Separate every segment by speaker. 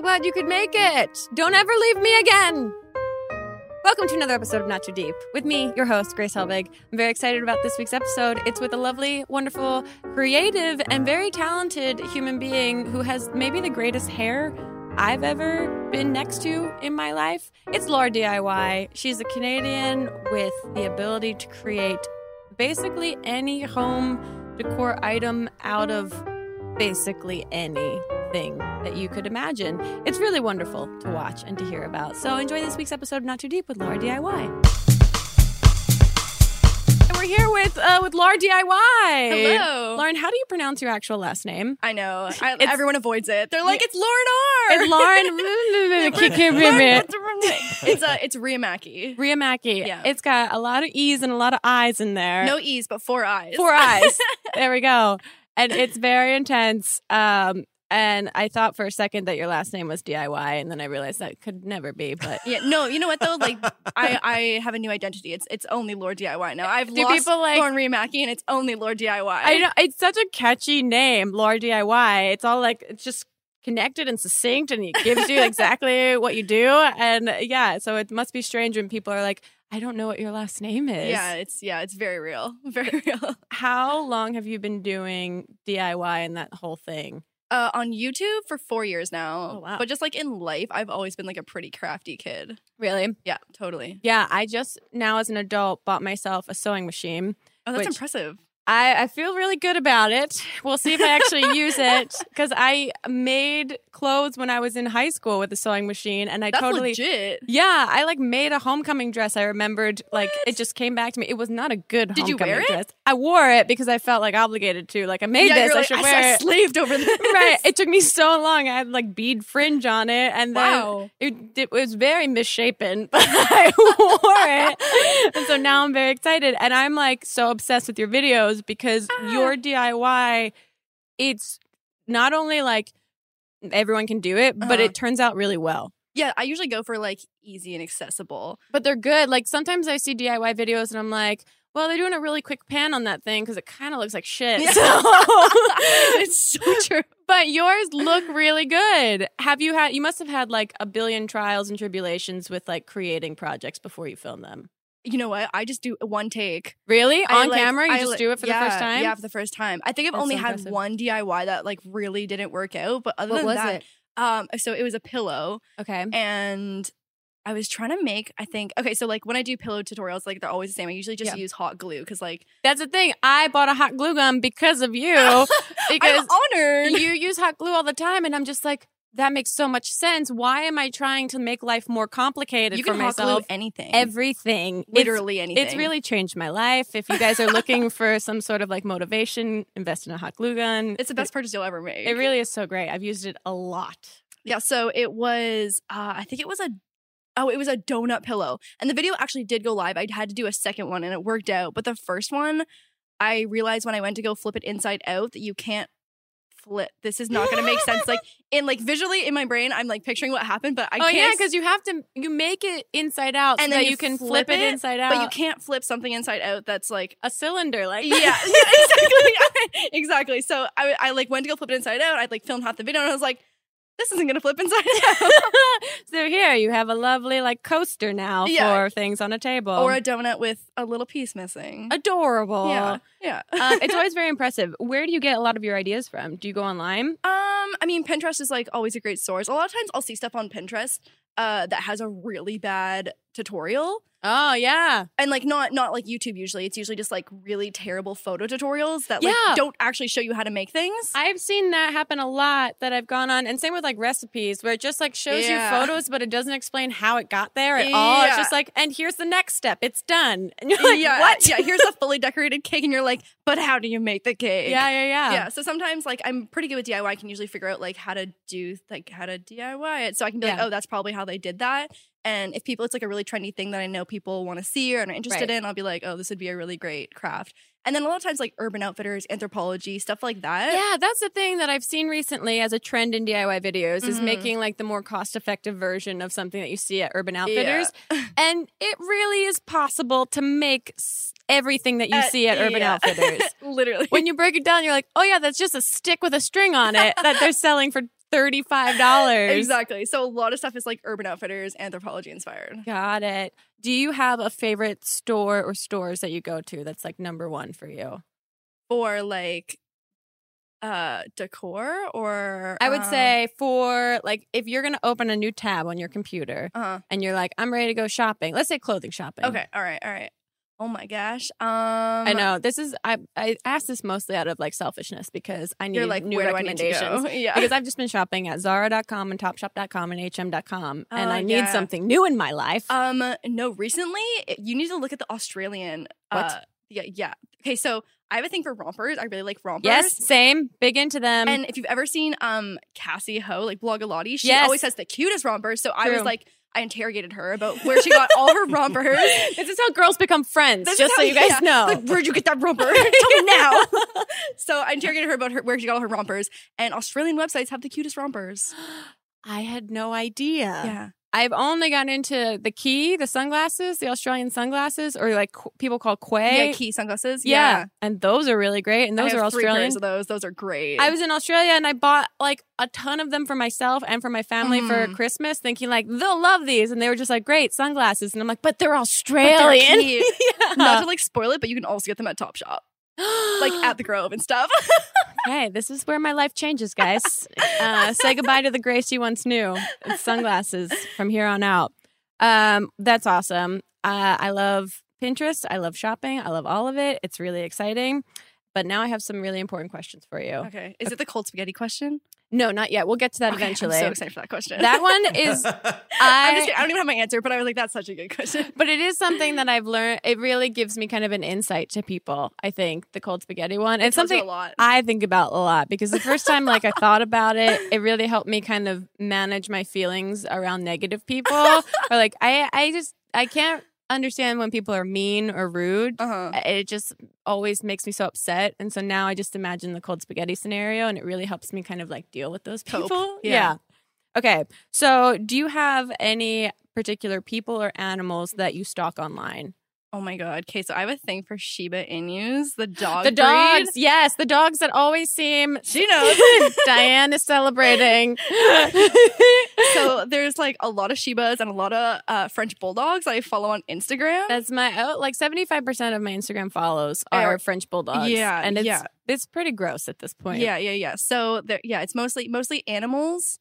Speaker 1: glad you could make it. Don't ever leave me again. Welcome to another episode of Not Too Deep with me, your host, Grace Helbig. I'm very excited about this week's episode. It's with a lovely, wonderful, creative, and very talented human being who has maybe the greatest hair I've ever been next to in my life. It's Laura DIY. She's a Canadian with the ability to create basically any home decor item out of basically anything that you could imagine. It's really wonderful to watch and to hear about. So enjoy this week's episode of Not Too Deep with Laura DIY. And we're here with uh, with Laura DIY.
Speaker 2: Hello.
Speaker 1: Lauren. How do you pronounce your actual last name?
Speaker 2: I know. I,
Speaker 1: It's-
Speaker 2: everyone avoids it. They're like,
Speaker 1: Yeah.
Speaker 2: it's Lauren
Speaker 1: It's
Speaker 2: R.
Speaker 1: Lauren.
Speaker 2: it's uh, it's Riamaki.
Speaker 1: Riamaki.
Speaker 2: Yeah.
Speaker 1: It's got a lot of E's and a lot of I's in there.
Speaker 2: No E's, but four I's.
Speaker 1: Four eyes. There we go. And it's very intense. Um, and I thought for a second that your last name was DIY, and then I realized that could never be. But
Speaker 2: Yeah, no, you know what though? Like, I, I have a new identity. It's it's only Lord DIY now. I've
Speaker 1: Do
Speaker 2: lost
Speaker 1: people, like-
Speaker 2: Lauren Riamaki, and it's only Lord DIY.
Speaker 1: I know it's such a catchy name, Laura DIY. It's all like it's just connected and succinct, and it gives you exactly what you do. And uh, yeah, so it must be strange when people are like, "I don't know what your last name is."
Speaker 2: Yeah, it's yeah, it's very real, very real.
Speaker 1: How long have you been doing DIY and that whole thing?
Speaker 2: Uh, on YouTube for four years now.
Speaker 1: Oh, wow.
Speaker 2: But just like in life, I've always been like a pretty crafty kid.
Speaker 1: Really?
Speaker 2: Yeah, totally.
Speaker 1: Yeah, I just now as an adult bought myself a sewing machine.
Speaker 2: Oh, that's
Speaker 1: Which-
Speaker 2: impressive.
Speaker 1: I, I feel really good about it. We'll see if I actually use it because I made clothes when I was in high school with a sewing machine, and I
Speaker 2: That's
Speaker 1: totally
Speaker 2: legit.
Speaker 1: Yeah, I like made a homecoming dress. I remembered like it just came back to me. It was not a good
Speaker 2: Did you
Speaker 1: homecoming
Speaker 2: wear it?
Speaker 1: dress. I wore it because I felt like obligated to. Like I made
Speaker 2: yeah,
Speaker 1: this,
Speaker 2: you're
Speaker 1: I
Speaker 2: like,
Speaker 1: should wear it.
Speaker 2: slaved over this.
Speaker 1: Right. It took me so long. I had like bead fringe on it, and then
Speaker 2: Wow.
Speaker 1: it, it was very misshapen, but I wore it. And so now I'm very excited. And I'm like so obsessed with your videos because your DIY, it's not only like everyone can do it, but
Speaker 2: Uh-huh.
Speaker 1: it turns out really well.
Speaker 2: Yeah, I usually go for like easy and accessible.
Speaker 1: But they're good. Like sometimes I see DIY videos and I'm like, well, they're doing a really quick pan on that thing because it kind of looks like shit.
Speaker 2: Yeah.
Speaker 1: So-
Speaker 2: it's so true.
Speaker 1: but yours look really good. Have you had? You must have had like a billion trials and tribulations with like creating projects before you film them.
Speaker 2: You know what? I just do one take
Speaker 1: Really,
Speaker 2: I,
Speaker 1: on
Speaker 2: like-
Speaker 1: camera, you
Speaker 2: I,
Speaker 1: just
Speaker 2: like-
Speaker 1: do it for the first
Speaker 2: yeah,
Speaker 1: time.
Speaker 2: Yeah, for the first time. I think I've
Speaker 1: That's
Speaker 2: only
Speaker 1: so
Speaker 2: had
Speaker 1: impressive.
Speaker 2: one DIY that like really didn't work out. But other
Speaker 1: what
Speaker 2: than
Speaker 1: was
Speaker 2: that, eh,
Speaker 1: it? Mm.
Speaker 2: um, so it was a pillow,
Speaker 1: Okay.
Speaker 2: and I was trying to make. I think okay, so like when I do pillow tutorials, like they're always the same. I usually just
Speaker 1: Yeah.
Speaker 2: use hot glue because like
Speaker 1: That's the thing. I bought a hot glue gun because of you, because
Speaker 2: I'm honored.
Speaker 1: you use hot glue all the time, and I'm just like, that makes so much sense. Why am I trying to make life more complicated
Speaker 2: You
Speaker 1: for
Speaker 2: can hot glue
Speaker 1: myself?
Speaker 2: anything,
Speaker 1: Everything, It's-
Speaker 2: literally anything.
Speaker 1: It's really changed my life. If you guys are looking for some sort of like motivation, invest in a hot glue gun.
Speaker 2: it's the best purchase you'll ever make.
Speaker 1: It really is so great. I've used it a lot.
Speaker 2: Yeah, so it was uh I think it was a oh, it was a donut pillow. And the video actually did go live. I had to do a second one and it worked out, but the first one I realized when I went to go flip it inside out that you can't flip. This is not going to make sense like in like visually in my brain I'm like picturing what happened, but I
Speaker 1: oh
Speaker 2: can't
Speaker 1: yeah,
Speaker 2: s-
Speaker 1: because you have to you make it inside out,
Speaker 2: And then
Speaker 1: so that
Speaker 2: you
Speaker 1: you can flip
Speaker 2: flip
Speaker 1: it,
Speaker 2: it,
Speaker 1: inside out.
Speaker 2: but you can't flip something inside out that's like
Speaker 1: a cylinder like
Speaker 2: yeah, yeah, exactly. exactly. So I, I like went to go flip it inside out. I like filmed half the video and I was like, this isn't gonna flip inside out.
Speaker 1: so here you have a lovely like coaster now
Speaker 2: Yeah.
Speaker 1: for things on a table.
Speaker 2: or a donut with a little piece missing.
Speaker 1: adorable.
Speaker 2: Yeah, yeah.
Speaker 1: um, it's always very impressive. Where do you get a lot of your ideas from? Do you go online?
Speaker 2: Um, I mean, Pinterest is like always a great source. A lot of times, I'll see stuff on Pinterest uh, that has a really bad tutorial,
Speaker 1: Oh yeah,
Speaker 2: and like not not like YouTube. Usually, it's usually just like really terrible photo tutorials that like
Speaker 1: Yeah.
Speaker 2: don't actually show you how to make things.
Speaker 1: I've seen that happen a lot that I've gone on, and same with like recipes where it just like shows
Speaker 2: Yeah.
Speaker 1: you photos, but it doesn't explain how it got there at all. It's
Speaker 2: Yeah.
Speaker 1: just like, and here's the next step. It's done. And you're like,
Speaker 2: yeah,
Speaker 1: what?
Speaker 2: Yeah, here's a fully decorated cake, and you're like, but how do you make the cake?
Speaker 1: yeah, yeah, yeah.
Speaker 2: Yeah, so sometimes like I'm pretty good with DIY. I can usually figure out like how to do like how to DIY it. So I can be like,
Speaker 1: Yeah.
Speaker 2: oh, that's probably how they did that. And if people, it's like a really trendy thing that I know people want to see or are interested
Speaker 1: Right.
Speaker 2: in, I'll be like, oh, this would be a really great craft. And then a lot of times like Urban Outfitters, anthropology, stuff like that.
Speaker 1: Yeah, that's the thing that I've seen recently as a trend in DIY videos is
Speaker 2: Mhm.
Speaker 1: making like the more cost effective version of something that you see at Urban Outfitters. and it really is possible to make s- everything that you
Speaker 2: Uh,
Speaker 1: see at Urban
Speaker 2: yeah.
Speaker 1: Outfitters.
Speaker 2: Literally.
Speaker 1: when you break it down, you're like, oh yeah, that's just a stick with a string on it that they're selling for $35.
Speaker 2: Exactly. So a lot of stuff is like Urban Outfitters, anthropology inspired.
Speaker 1: Got it. Do you have a favorite store or stores that you go to that's like number one for you?
Speaker 2: Or like uh decor or
Speaker 1: I would
Speaker 2: uh,
Speaker 1: say for like if you're going to open a new tab on your computer
Speaker 2: uh
Speaker 1: and you're like, I'm ready to go shopping. Let's say clothing shopping.
Speaker 2: Okay, all right, all right. Oh my gosh. Um
Speaker 1: I know this is I I asked this mostly out of like selfishness because I need
Speaker 2: You're like
Speaker 1: new
Speaker 2: where do I need to
Speaker 1: recommendations.
Speaker 2: go? Yeah.
Speaker 1: because I've just been shopping at Zara.com and Topshop.com and HM.com, and
Speaker 2: Oh,
Speaker 1: I need
Speaker 2: yeah.
Speaker 1: something new in my life.
Speaker 2: Um, no, recently it- you need to look at the Australian.
Speaker 1: What?
Speaker 2: Uh, yeah, yeah. Okay, so I have a thing for rompers. I really like rompers.
Speaker 1: yes, same, big into them.
Speaker 2: And if you've ever seen um Cassie Ho, like Blogilotti, she
Speaker 1: Yes.
Speaker 2: always has the cutest rompers. So I was
Speaker 1: True.
Speaker 2: like, I interrogated her about where she got all her rompers.
Speaker 1: this is how girls become friends.
Speaker 2: This is
Speaker 1: just so
Speaker 2: how-
Speaker 1: you guys
Speaker 2: yeah.
Speaker 1: know.
Speaker 2: Like, where'd you get that romper? Tell me now. so I interrogated her about her where she got all her rompers. And Australian websites have the cutest rompers.
Speaker 1: I had no idea.
Speaker 2: yeah.
Speaker 1: I've only gotten into the key, the sunglasses, the Australian sunglasses, or like qu- people call quay.
Speaker 2: yeah, key sunglasses.
Speaker 1: Yeah. and those are really great. And
Speaker 2: I
Speaker 1: those
Speaker 2: have
Speaker 1: are
Speaker 2: three pairs
Speaker 1: Australian.
Speaker 2: of those. Those are great.
Speaker 1: I was in Australia and I bought like a ton of them for myself and for my family for
Speaker 2: Mm.
Speaker 1: Christmas, thinking like they'll love these, and they were just like great sunglasses, and I'm like, but they're
Speaker 2: But they're
Speaker 1: Australian.
Speaker 2: cute.
Speaker 1: Yeah.
Speaker 2: Not to like spoil it, but you can also get them at Topshop, like at the Grove and stuff.
Speaker 1: hey, this is where my life changes, guys. uh, say goodbye to the grace you once knew. It's sunglasses from here on out. Um, that's awesome. Uh, I love Pinterest. I love shopping. I love all of it. It's really exciting. But now I have some really important questions for you.
Speaker 2: Okay. Is it the cold spaghetti question?
Speaker 1: No, not yet. We'll get to that
Speaker 2: Okay,
Speaker 1: eventually.
Speaker 2: I'm so excited for that question.
Speaker 1: that one is
Speaker 2: I'm
Speaker 1: I.
Speaker 2: just kidding. I don't even have my answer, but I was like, that's such a good question.
Speaker 1: But it is something that I've learned. It really gives me kind of an insight to people. I think the cold spaghetti one. It's
Speaker 2: Tells you
Speaker 1: something
Speaker 2: a lot.
Speaker 1: I think about a lot because the first time like I thought about it, it really helped me kind of manage my feelings around negative people. or like I I just I can't understand when people are mean or rude.
Speaker 2: Uh-huh.
Speaker 1: It just always makes me so upset. And so now I just imagine the cold spaghetti scenario and it really helps me kind of like deal with those
Speaker 2: Cope.
Speaker 1: people.
Speaker 2: Yeah.
Speaker 1: yeah. Okay. So, do you have any particular people or animals that you stalk online?
Speaker 2: Oh my god. Okay, so I have a thing for Shiba Inus, the dog.
Speaker 1: the
Speaker 2: breed.
Speaker 1: dogs. Yes, the dogs that always seem
Speaker 2: She knows.
Speaker 1: Diane is celebrating.
Speaker 2: so there's like a lot of Shibas and a lot of uh, French bulldogs I follow on Instagram.
Speaker 1: That's my oh, like seventy five percent of my Instagram follows are
Speaker 2: Are-
Speaker 1: French bulldogs.
Speaker 2: Yeah,
Speaker 1: and it's
Speaker 2: yeah.
Speaker 1: it's pretty gross at this point.
Speaker 2: yeah, yeah, yeah. So there, yeah, it's mostly mostly animals.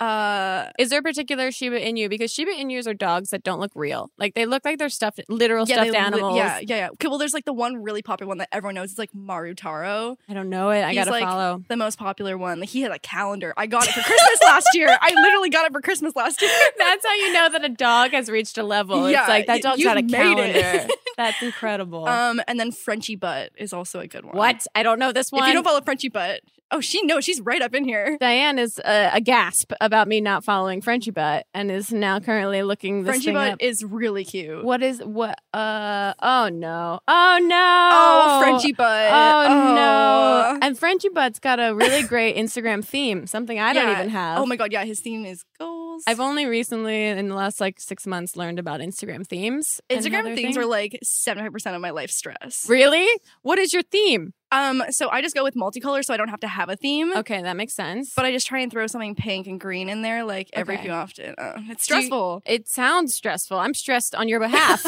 Speaker 2: Uh,
Speaker 1: Is there a particular Shiba Inu? Because Shiba Inus are dogs that don't look real. Like they look like they're stuffed, literal
Speaker 2: yeah, they
Speaker 1: stuffed
Speaker 2: li-
Speaker 1: animals.
Speaker 2: yeah, yeah, yeah. Okay, well, there's like the one really popular one that everyone knows. It's like Marutaro,
Speaker 1: I don't know it. I
Speaker 2: He's
Speaker 1: gotta
Speaker 2: like-
Speaker 1: follow.
Speaker 2: the most popular one. Like he had a calendar. I got it for Christmas last year. I literally got it for Christmas last year.
Speaker 1: That's how you know that a dog has reached a level.
Speaker 2: Yeah,
Speaker 1: it's like that
Speaker 2: y-
Speaker 1: dog's
Speaker 2: you've
Speaker 1: got a
Speaker 2: made it.
Speaker 1: calendar. That's incredible.
Speaker 2: Um, and then Frenchie Butt is also a good one.
Speaker 1: what? I don't know this one.
Speaker 2: If you don't follow Frenchie Butt, oh, she knows. She's right up in here.
Speaker 1: Diane is uh, agasp about me not following Frenchie Butt and is now currently looking this
Speaker 2: Frenchie
Speaker 1: thing
Speaker 2: Butt
Speaker 1: up.
Speaker 2: is really cute.
Speaker 1: What is what? Uh oh no! Oh no!
Speaker 2: Oh, Frenchie Butt. Oh.
Speaker 1: Oh, no! And Frenchie Butt's got a really great Instagram theme, something I don't
Speaker 2: Yeah.
Speaker 1: even have.
Speaker 2: Oh my god, yeah, his theme is goals.
Speaker 1: I've only recently, in the last like six months, learned about Instagram themes. and how
Speaker 2: Instagram
Speaker 1: they're
Speaker 2: themes
Speaker 1: themed.
Speaker 2: are like 75% of my life stress.
Speaker 1: really. What is your theme?
Speaker 2: Um, so I just go with multicolor so I don't have to have a theme.
Speaker 1: Okay, that makes sense.
Speaker 2: But I just try and throw something pink and green in there like every
Speaker 1: Okay.
Speaker 2: few often. Uh, it's
Speaker 1: Do you-
Speaker 2: stressful.
Speaker 1: it sounds stressful. I'm stressed on your behalf.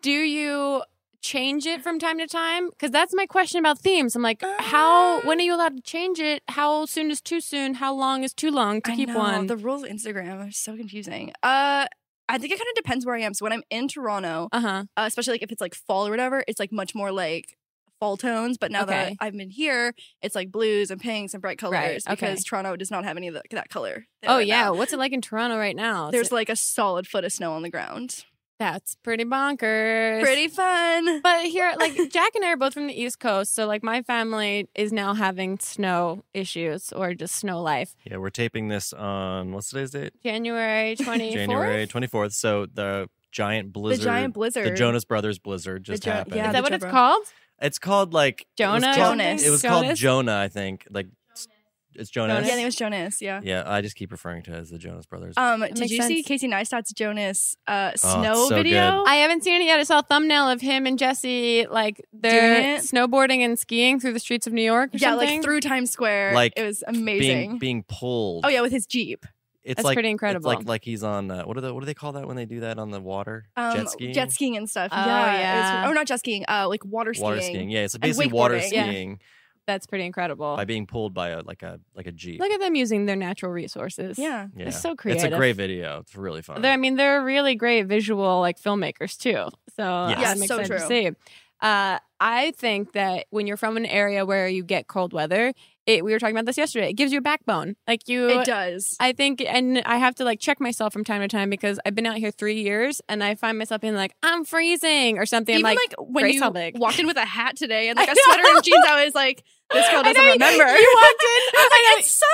Speaker 1: Do you change it from time to time? Because that's my question about themes. I'm like,
Speaker 2: Uh,
Speaker 1: how? When are you allowed to change it? How soon is too soon? How long is too long to
Speaker 2: I
Speaker 1: keep
Speaker 2: know,
Speaker 1: one?
Speaker 2: The rules of Instagram are so confusing. Uh I think it kind of depends where I am. So when I'm in Toronto,
Speaker 1: uh huh.
Speaker 2: uh, especially like if it's like fall or whatever, it's like much more like fall tones. But now that
Speaker 1: Okay.
Speaker 2: I've been here, it's like blues and pinks and bright colors
Speaker 1: Right, okay.
Speaker 2: because Toronto does not have any of the, that color. there
Speaker 1: Oh
Speaker 2: right
Speaker 1: yeah.
Speaker 2: now.
Speaker 1: What's it like in Toronto right now? Is
Speaker 2: There's
Speaker 1: it-
Speaker 2: like a solid foot of snow on the ground.
Speaker 1: that's pretty bonkers.
Speaker 2: Pretty fun.
Speaker 1: But here, like Jack and I are both from the East Coast, so like my family is now having snow issues or just snow life.
Speaker 3: yeah, we're taping this on what's today's date?
Speaker 1: January twenty fourth.
Speaker 3: January 24th. So the giant
Speaker 2: the
Speaker 3: blizzard,
Speaker 2: giant blizzard.
Speaker 3: the Jonas Brothers blizzard just
Speaker 2: Gi-
Speaker 3: happened.
Speaker 2: yeah,
Speaker 1: Is
Speaker 2: the
Speaker 1: that what it's
Speaker 2: Jabra.
Speaker 1: called?
Speaker 3: it's called like it was
Speaker 1: Jonah.
Speaker 3: called-
Speaker 2: Jonas.
Speaker 3: It was called Jonah, I think. Like s- it's Jonas.
Speaker 2: Yeah, I think it was Jonas. Yeah.
Speaker 3: Yeah, I just keep referring to it as the Jonas Brothers.
Speaker 2: Um,
Speaker 1: makes
Speaker 2: did you see
Speaker 1: sense.
Speaker 2: Casey Neistat's Jonas uh,
Speaker 3: Oh,
Speaker 2: snow
Speaker 3: it's so
Speaker 2: video?
Speaker 1: I haven't seen it yet. I saw a thumbnail of him and Jesse like they're
Speaker 2: it?
Speaker 1: snowboarding and skiing through the streets of New York. Or
Speaker 2: yeah,
Speaker 1: something.
Speaker 2: like through Times Square.
Speaker 3: Like,
Speaker 2: it was
Speaker 3: being
Speaker 2: amazing.
Speaker 3: being pulled.
Speaker 2: oh yeah, with his jeep.
Speaker 3: it's
Speaker 1: that's
Speaker 3: like,
Speaker 1: pretty
Speaker 3: it's
Speaker 1: incredible.
Speaker 3: like like he's on uh, what are the what do they call that when they do that on the water?
Speaker 2: Um,
Speaker 3: jet skiing.
Speaker 2: and stuff.
Speaker 1: Oh,
Speaker 2: yeah. It
Speaker 1: yeah.
Speaker 2: was, oh, not jet skiing. Uh, like water skiing.
Speaker 3: Water skiing. Yeah, it's
Speaker 2: And
Speaker 3: basically water
Speaker 2: wakeboarding. Yeah.
Speaker 3: skiing
Speaker 1: That's pretty incredible.
Speaker 3: by being pulled by a like a like a jeep.
Speaker 1: Look at them using their natural resources.
Speaker 2: Yeah.
Speaker 3: yeah.
Speaker 1: It's so creative.
Speaker 3: It's a great video. It's really fun.
Speaker 1: They're, I mean, they're really great visual like filmmakers too. So uh,
Speaker 3: Yeah,
Speaker 1: I'm
Speaker 2: it's so
Speaker 1: excited to
Speaker 2: true.
Speaker 1: see. Uh, I think that when you're from an area where you get cold weather, it, we were talking about this yesterday. It gives you a backbone. Like you,
Speaker 2: It does.
Speaker 1: I think, and I have to like check myself from time to time because I've been out here three years and I find myself being like, I'm freezing or something. I'm
Speaker 2: Even
Speaker 1: like,
Speaker 2: like, when
Speaker 1: Grace
Speaker 2: you
Speaker 1: Helbig.
Speaker 2: walked in with a hat today and like
Speaker 1: I
Speaker 2: a sweater
Speaker 1: know.
Speaker 2: and jeans, I was like, this girl
Speaker 1: I
Speaker 2: doesn't
Speaker 1: know, you-
Speaker 2: remember.
Speaker 1: you walked in.
Speaker 2: I was
Speaker 1: I know.
Speaker 2: like, it's summer.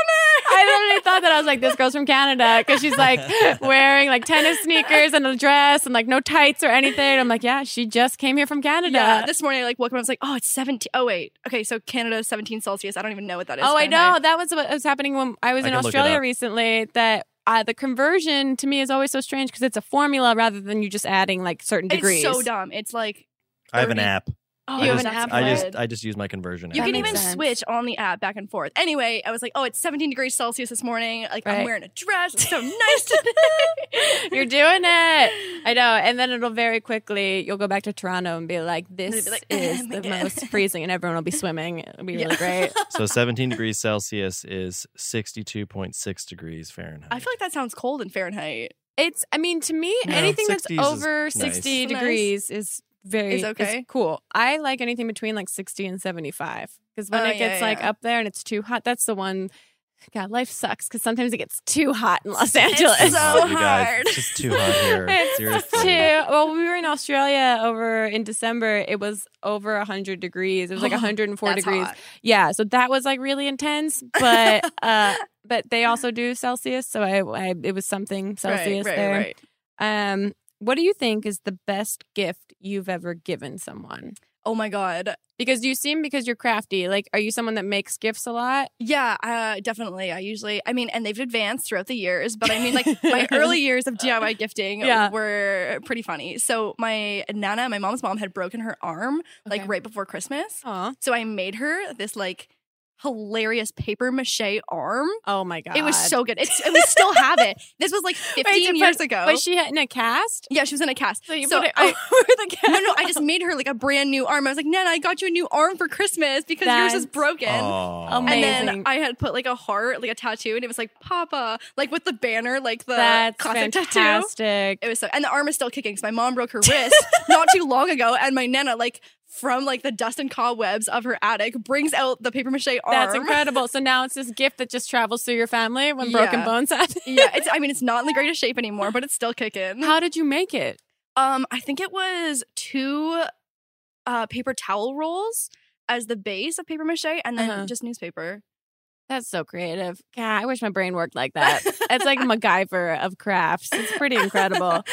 Speaker 1: I literally thought that I was like, this girl's from Canada because she's like wearing like tennis sneakers and a dress and like no tights or anything. I'm like, yeah, she just came here from Canada.
Speaker 2: Yeah, this morning I like woke up and I was like, oh, it's 17. Oh, wait. Okay, so Canada is 17 Celsius. I don't even know what that is.
Speaker 1: oh, I
Speaker 2: Fahrenheit.
Speaker 1: know. That was what was happening when I was
Speaker 3: I
Speaker 1: in
Speaker 3: can look it
Speaker 1: Australia
Speaker 3: up.
Speaker 1: recently. That uh, the conversion to me is always so strange because it's a formula rather than you just adding like certain degrees.
Speaker 2: It's so dumb. It's like,
Speaker 3: I have an
Speaker 2: 30
Speaker 3: app.
Speaker 2: oh,
Speaker 1: You have
Speaker 2: it's
Speaker 1: an
Speaker 2: not
Speaker 1: app
Speaker 2: so
Speaker 3: I
Speaker 1: for
Speaker 2: good.
Speaker 3: just I just use my conversion.
Speaker 2: you
Speaker 1: That
Speaker 3: app.
Speaker 2: can
Speaker 1: makes
Speaker 2: even
Speaker 1: sense.
Speaker 2: switch on the app back and forth. Anyway, I was like, oh, it's 17 degrees Celsius this morning. Like,
Speaker 1: Right.
Speaker 2: I'm wearing a dress. It's so nice today.
Speaker 1: You're doing it. I know. And then it'll very quickly, you'll go back to Toronto and be like, this
Speaker 2: be like,
Speaker 1: is
Speaker 2: "Oh my
Speaker 1: the
Speaker 2: God."
Speaker 1: most freezing, and everyone will be swimming. It'll be
Speaker 2: Yeah.
Speaker 1: really great.
Speaker 3: So 17 degrees Celsius is 62.6 degrees Fahrenheit.
Speaker 2: I feel like that sounds cold in Fahrenheit.
Speaker 1: It's, I mean, to me,
Speaker 3: Yeah.
Speaker 1: anything that's
Speaker 3: 60s is
Speaker 1: over
Speaker 3: nice.
Speaker 1: 60
Speaker 2: Nice.
Speaker 1: degrees is very
Speaker 2: Is okay.
Speaker 1: cool. I like anything between like 60 and 75 because when
Speaker 2: Oh,
Speaker 1: it
Speaker 2: yeah,
Speaker 1: gets
Speaker 2: yeah,
Speaker 1: like
Speaker 2: yeah.
Speaker 1: up there and it's too hot, that's the one. God, life sucks because sometimes it gets too hot in Los Angeles.
Speaker 2: so
Speaker 3: Oh, you guys,
Speaker 2: hard.
Speaker 3: It's just too hot here.
Speaker 1: It's
Speaker 3: Seriously.
Speaker 1: too. Well, when we were in Australia over in December. It was over 100 degrees. It was like
Speaker 2: Oh,
Speaker 1: 104
Speaker 2: That's
Speaker 1: degrees.
Speaker 2: hot.
Speaker 1: Yeah, so that was like really intense, but uh but they also do Celsius, so I, I it was something Celsius
Speaker 2: right,
Speaker 1: there.
Speaker 2: Right.
Speaker 1: Um what do you think is the best gift you've ever given someone?
Speaker 2: Oh my god.
Speaker 1: Because you seem because you're crafty. Like are you someone that makes gifts a lot?
Speaker 2: Yeah, uh, definitely. I usually, I mean, and they've advanced throughout the years, but I mean, like my early years of DIY gifting
Speaker 1: Yeah.
Speaker 2: were pretty funny. So my nana, my mom's mom, had broken her arm like
Speaker 1: Okay.
Speaker 2: right before Christmas.
Speaker 1: Aw.
Speaker 2: So I made her this like hilarious paper mache arm.
Speaker 1: Oh my god.
Speaker 2: It was so good. It's, and we still have it. This was like 15
Speaker 1: to put-
Speaker 2: years ago.
Speaker 1: Was she in a cast?
Speaker 2: yeah, she was in a cast.
Speaker 1: So you
Speaker 2: So
Speaker 1: put it
Speaker 2: I-
Speaker 1: over the cast.
Speaker 2: No, no, I just made her like a brand new arm. I was like, Nana, I got you a new arm for Christmas because yours is
Speaker 1: That's
Speaker 2: broken.
Speaker 3: Aw.
Speaker 2: And
Speaker 1: Amazing.
Speaker 2: then I had put like a heart, like a tattoo, and it was like Papa, like with the banner, like the
Speaker 1: That's
Speaker 2: classic tattoo.
Speaker 1: fantastic.
Speaker 2: It was so, and the arm is still kicking. So my mom broke her wrist not too long ago, and my nana, like from like the dust and cobwebs of her attic, brings out the paper mache arm.
Speaker 1: That's incredible. So now it's this gift that just travels through your family when broken
Speaker 2: Yeah.
Speaker 1: bones happen.
Speaker 2: yeah, it's. I mean, it's not in the greatest shape anymore, but it's still kicking.
Speaker 1: How did you make it?
Speaker 2: Um, I think it was two uh, paper towel rolls as the base of paper mache, and then
Speaker 1: Uh-huh.
Speaker 2: just newspaper.
Speaker 1: That's so creative. God, I wish my brain worked like that. it's like MacGyver of crafts. It's pretty incredible.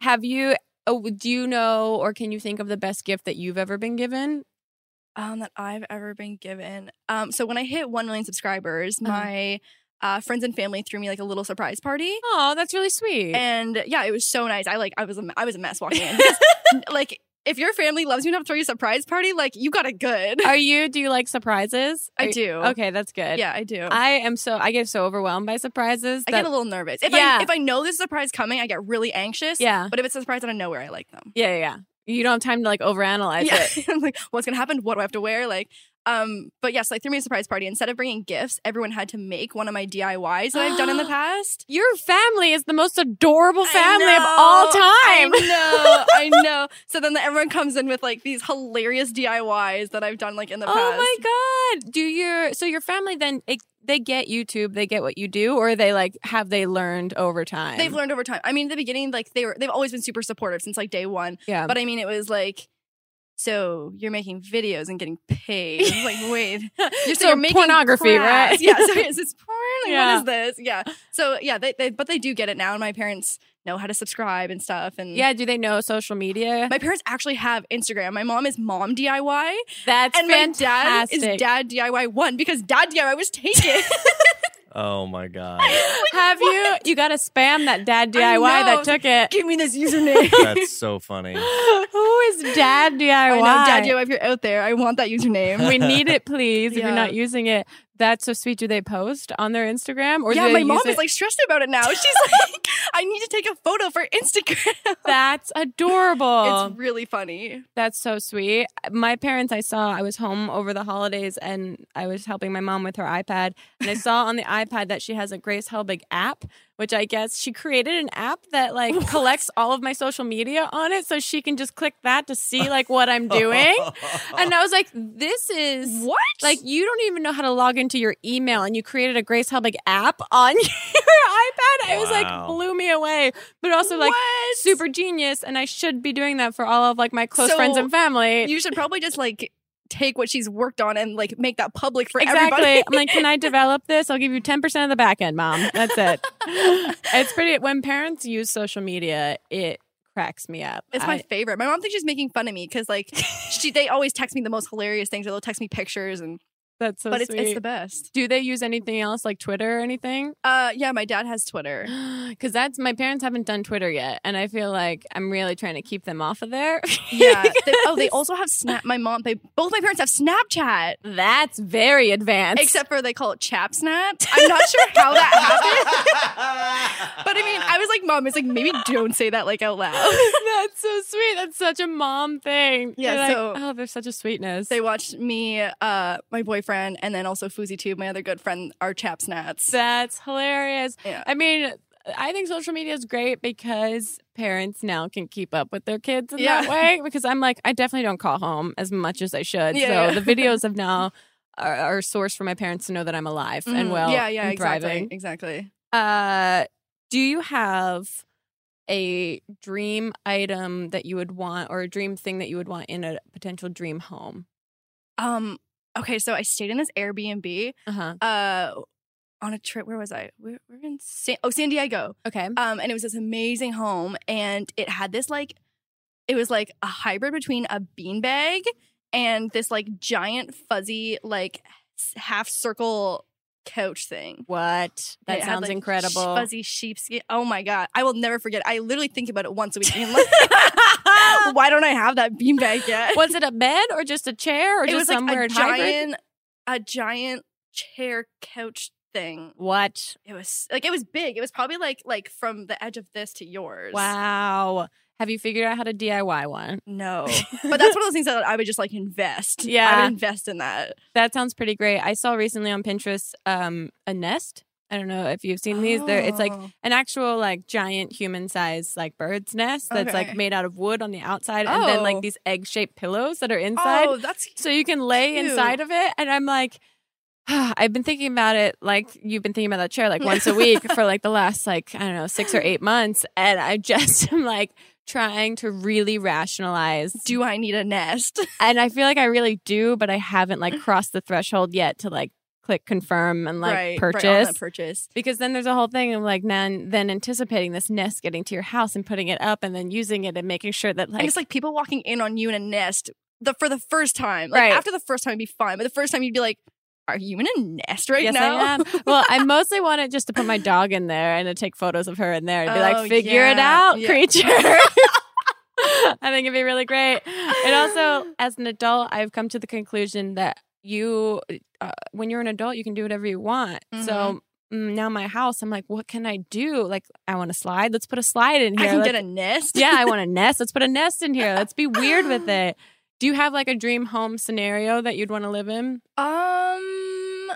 Speaker 1: Have you? Oh, do you know, or can you think of the best gift that you've ever been given?
Speaker 2: um, that I've ever been given. Um, so when I hit 1 million subscribers,
Speaker 1: Uh-huh.
Speaker 2: my uh, friends and family threw me like a little surprise party.
Speaker 1: Oh, that's really sweet.
Speaker 2: And yeah, it was so nice. I like I was a, I was a mess walking in. because, like if your family loves you enough to throw you a surprise party, like you got it good.
Speaker 1: Are you? Do you like surprises? Are
Speaker 2: I
Speaker 1: you-
Speaker 2: do.
Speaker 1: Okay, that's good.
Speaker 2: Yeah, I do. I,
Speaker 1: I am so. I get so overwhelmed by surprises.
Speaker 2: get
Speaker 1: that-
Speaker 2: a little nervous. If
Speaker 1: Yeah.
Speaker 2: I if I know there's a surprise coming, I get really anxious.
Speaker 1: yeah,
Speaker 2: But if it's a surprise out of nowhere, I like them.
Speaker 1: yeah, yeah, yeah. You don't have time to like overanalyze
Speaker 2: yeah.
Speaker 1: it.
Speaker 2: I'm like, what's gonna happen? What do I have to wear? Like, um, but yes, like threw me a surprise party. Instead of bringing gifts, everyone had to make one of my DIYs that I've done in the past.
Speaker 1: Your family is the most adorable
Speaker 2: I
Speaker 1: family of
Speaker 2: know,
Speaker 1: all time.
Speaker 2: I know, I know. So then everyone comes in with like these hilarious DIYs that I've done like in the past.
Speaker 1: Oh my god! Do your so your family then it, they get YouTube, they get what you do, or they like have they learned over time?
Speaker 2: They've learned over time. I mean, at the beginning, like they were, they've always been super supportive since like day one.
Speaker 1: yeah.
Speaker 2: But I mean, it was like, so you're making videos and getting paid. I was like, wait,
Speaker 1: you're
Speaker 2: so you're making
Speaker 1: pornography,
Speaker 2: crafts.
Speaker 1: right?
Speaker 2: Yeah, so it's, it's porn. Like,
Speaker 1: Yeah.
Speaker 2: what is this? Yeah. So yeah, they, they but they do get it now, and my parents know how to subscribe and stuff. And
Speaker 1: Yeah, do they know social media?
Speaker 2: my parents actually have Instagram. My mom is mom DIY,
Speaker 1: That's
Speaker 2: and
Speaker 1: fantastic.
Speaker 2: my dad is dad DIY one because dad DIY was taken.
Speaker 3: Oh my god,
Speaker 1: Have you? You got to spam that dad DIY
Speaker 2: know.
Speaker 1: that took it.
Speaker 2: Give me this username.
Speaker 3: that's so funny.
Speaker 1: Who is dad DIY?
Speaker 2: I know, dad DIY, if you're out there, I want that username.
Speaker 1: we need it, please. If you're
Speaker 2: Yeah.
Speaker 1: not using it, that's so sweet. Do they post on their Instagram or
Speaker 2: yeah,
Speaker 1: do they
Speaker 2: my mom
Speaker 1: use
Speaker 2: is
Speaker 1: it-
Speaker 2: like stressed about it now. She's like, I need to take a photo for Instagram.
Speaker 1: That's adorable.
Speaker 2: It's really funny.
Speaker 1: That's so sweet. My parents, I saw, I was home over the holidays and I was helping my mom with her iPad. And I saw on the iPad that she has a Grace Helbig app, which I guess she created an app that like collects all of my social media on it. So she can just click that to see like what I'm doing. and I was like, this is.
Speaker 2: What?
Speaker 1: Like you don't even know how to log into your email, and you created a Grace Helbig app on your iPad. It was like
Speaker 3: Wow.
Speaker 1: blew me away, but also like
Speaker 2: What?
Speaker 1: super genius, and I should be doing that for all of like my close
Speaker 2: So,
Speaker 1: friends and family.
Speaker 2: You should probably just like take what she's worked on and like make that public for
Speaker 1: exactly.
Speaker 2: everybody.
Speaker 1: I'm like, can I develop this? I'll give you 10 percent of the back end, mom. That's it. it's pretty. When parents use social media, it cracks me up.
Speaker 2: It's my
Speaker 1: I-
Speaker 2: favorite. My mom thinks she's making fun of me because like she they always text me the most hilarious things or they'll text me pictures and
Speaker 1: that's so
Speaker 2: but it's
Speaker 1: sweet.
Speaker 2: it's the best.
Speaker 1: Do they use anything else like Twitter or anything?
Speaker 2: Uh yeah, my dad has Twitter.
Speaker 1: Because that's my parents haven't done Twitter yet, and I feel like I'm really trying to keep them off of there.
Speaker 2: Yeah. they- oh, they also have Snap my mom they both my parents have Snapchat.
Speaker 1: that's very advanced.
Speaker 2: Except for they call it Chap Snap. I'm not sure how that happened. But I mean, I was like, Mom, it's like maybe don't say that like out loud.
Speaker 1: that's so sweet. That's such a mom thing.
Speaker 2: Yeah,
Speaker 1: You're like,
Speaker 2: so-
Speaker 1: oh, there's such a sweetness.
Speaker 2: They watched me, uh, my boyfriend, and then also Foozy Tube, my other good friend, our Chap Snaps.
Speaker 1: that's hilarious.
Speaker 2: Yeah.
Speaker 1: I mean, I think social media is great because parents now can keep up with their kids in
Speaker 2: Yeah.
Speaker 1: that way. Because I'm like, I definitely don't call home as much as I should.
Speaker 2: Yeah,
Speaker 1: so
Speaker 2: yeah.
Speaker 1: the videos have now are, are a source for my parents to know that I'm alive and
Speaker 2: Mhm.
Speaker 1: well.
Speaker 2: yeah, yeah,
Speaker 1: and
Speaker 2: exactly,
Speaker 1: thriving.
Speaker 2: exactly.
Speaker 1: Uh, do you have a dream item that you would want or a dream thing that you would want in a potential dream home?
Speaker 2: Um, okay, so I stayed in this Airbnb,
Speaker 1: Uh-huh.
Speaker 2: uh, on a trip. Where was I? We're, we're in San, oh San Diego.
Speaker 1: Okay.
Speaker 2: Um, and it was this amazing home, and it had this like, it was like a hybrid between a beanbag and this like giant fuzzy like half circle couch thing.
Speaker 1: What?
Speaker 2: And
Speaker 1: That
Speaker 2: it had,
Speaker 1: sounds
Speaker 2: like,
Speaker 1: incredible.
Speaker 2: sh- Fuzzy sheepskin. Oh my god, I will never forget. I literally think about it once a week. and I'm like, why don't I have that beanbag yet?
Speaker 1: was it a bed or just a chair or
Speaker 2: it
Speaker 1: just
Speaker 2: was like
Speaker 1: some
Speaker 2: a
Speaker 1: weird hybrid?
Speaker 2: giant, a giant chair couch thing.
Speaker 1: What?
Speaker 2: It was like it was big. It was probably like like from the edge of this to yours.
Speaker 1: Wow. Have you figured out how to DIY one?
Speaker 2: No, but that's one of those things that I would just like invest. I
Speaker 1: Yeah.
Speaker 2: would invest in that.
Speaker 1: That sounds pretty great. I saw recently on Pinterest um, a nest. I don't know if you've seen these. There, it's like
Speaker 2: Oh.
Speaker 1: an actual like giant human size like bird's nest that's like
Speaker 2: Okay.
Speaker 1: made out of wood on the outside and then like
Speaker 2: Oh.
Speaker 1: these egg shaped pillows that are inside
Speaker 2: Oh, that's
Speaker 1: so you can lay
Speaker 2: cute.
Speaker 1: inside of it and i'm like I've been thinking about it like you've been thinking about that chair like once a week for like the last like I don't know 6 or 8 months and I just am like trying to really rationalize
Speaker 2: do I need a nest?
Speaker 1: and I feel like I really do but I haven't like crossed the threshold yet to like click confirm and like
Speaker 2: right,
Speaker 1: purchase
Speaker 2: Right, on that purchase.
Speaker 1: because then there's a whole thing of like then then anticipating this nest getting to your house and putting it up and then using it and making sure that
Speaker 2: and
Speaker 1: like,
Speaker 2: it's like people walking in on you in a nest the for the first time. Like
Speaker 1: Right.
Speaker 2: after the first time, it'd be fine, but the first time you'd be like, "Are you in a nest right
Speaker 1: yes
Speaker 2: now?"
Speaker 1: I am. well, I mostly want it just to put my dog in there and to take photos of her in there and be
Speaker 2: Oh,
Speaker 1: like figure it
Speaker 2: yeah.
Speaker 1: out,
Speaker 2: Yeah.
Speaker 1: creature. I think it'd be really great. And also as an adult, I've come to the conclusion that you uh, when you're an adult, you can do whatever you want. So
Speaker 2: Mm-hmm.
Speaker 1: mm, now my house, I'm like, what can I do? Like, I want a slide. Let's put a slide in
Speaker 2: I
Speaker 1: here.
Speaker 2: can
Speaker 1: Let's-
Speaker 2: get a nest.
Speaker 1: yeah, I want a nest. Let's put a nest in here. Let's be weird with it. Do you have like a dream home scenario that you'd want to live in?
Speaker 2: Um,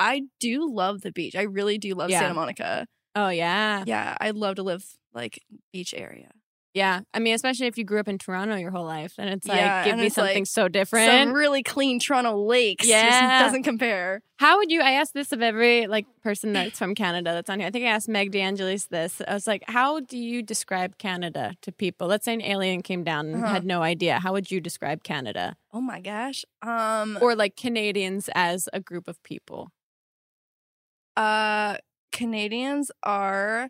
Speaker 2: I do love the beach. I really do love
Speaker 1: Yeah.
Speaker 2: Santa Monica.
Speaker 1: Oh yeah.
Speaker 2: Yeah, I'd love to live like beach area.
Speaker 1: Yeah. I mean, especially if you grew up in Toronto your whole life, then it's like
Speaker 2: Yeah,
Speaker 1: give
Speaker 2: and
Speaker 1: me
Speaker 2: it's
Speaker 1: something
Speaker 2: like
Speaker 1: so
Speaker 2: Some
Speaker 1: different.
Speaker 2: really clean Toronto lakes. just
Speaker 1: Yeah.
Speaker 2: doesn't compare.
Speaker 1: How would you I asked this of every like person that's from Canada that's on here. I think I asked Meg DeAngelis this. I was like, how do you describe Canada to people? Let's say an alien came down and
Speaker 2: Uh-huh.
Speaker 1: had no idea. How would you describe Canada?
Speaker 2: Oh my gosh. Um,
Speaker 1: Or like Canadians as a group of people?
Speaker 2: Uh, Canadians are.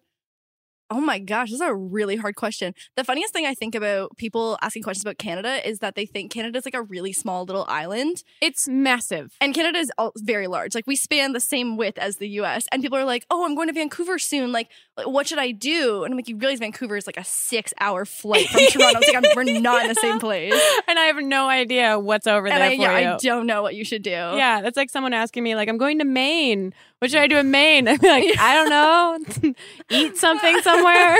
Speaker 2: Oh my gosh, this is a really hard question. The funniest thing I think about people asking questions about Canada is that they think Canada's like a really small little island.
Speaker 1: It's massive.
Speaker 2: And Canada is all, very large. Like we span the same width as the U.S. And people are like, "Oh, I'm going to Vancouver soon. Like, like, what should I do?" And I'm like, "You realize Vancouver is like a six-hour flight from Toronto? It's like I'm, we're not in the same place."
Speaker 1: and I have no idea what's over
Speaker 2: And
Speaker 1: there
Speaker 2: I,
Speaker 1: for
Speaker 2: yeah,
Speaker 1: you.
Speaker 2: I don't know what you should do.
Speaker 1: Yeah, that's like someone asking me, like, I'm going to Maine. What should I do in Maine? I'd be like, I don't know. Eat something somewhere.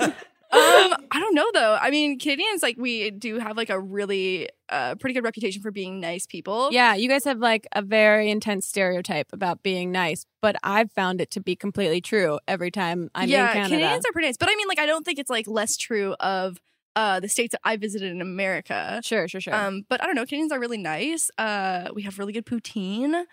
Speaker 2: um, I don't know though. I mean, Canadians like we do have like a really uh, pretty good reputation for being nice people.
Speaker 1: yeah, you guys have like a very intense stereotype about being nice, but I've found it to be completely true every time I'm in Canada.
Speaker 2: Canadians are pretty nice, but I mean, like, I don't think it's like less true of uh, the states that I visited in America.
Speaker 1: sure, sure, sure.
Speaker 2: Um, but I don't know. Canadians are really nice. Uh, we have really good poutine.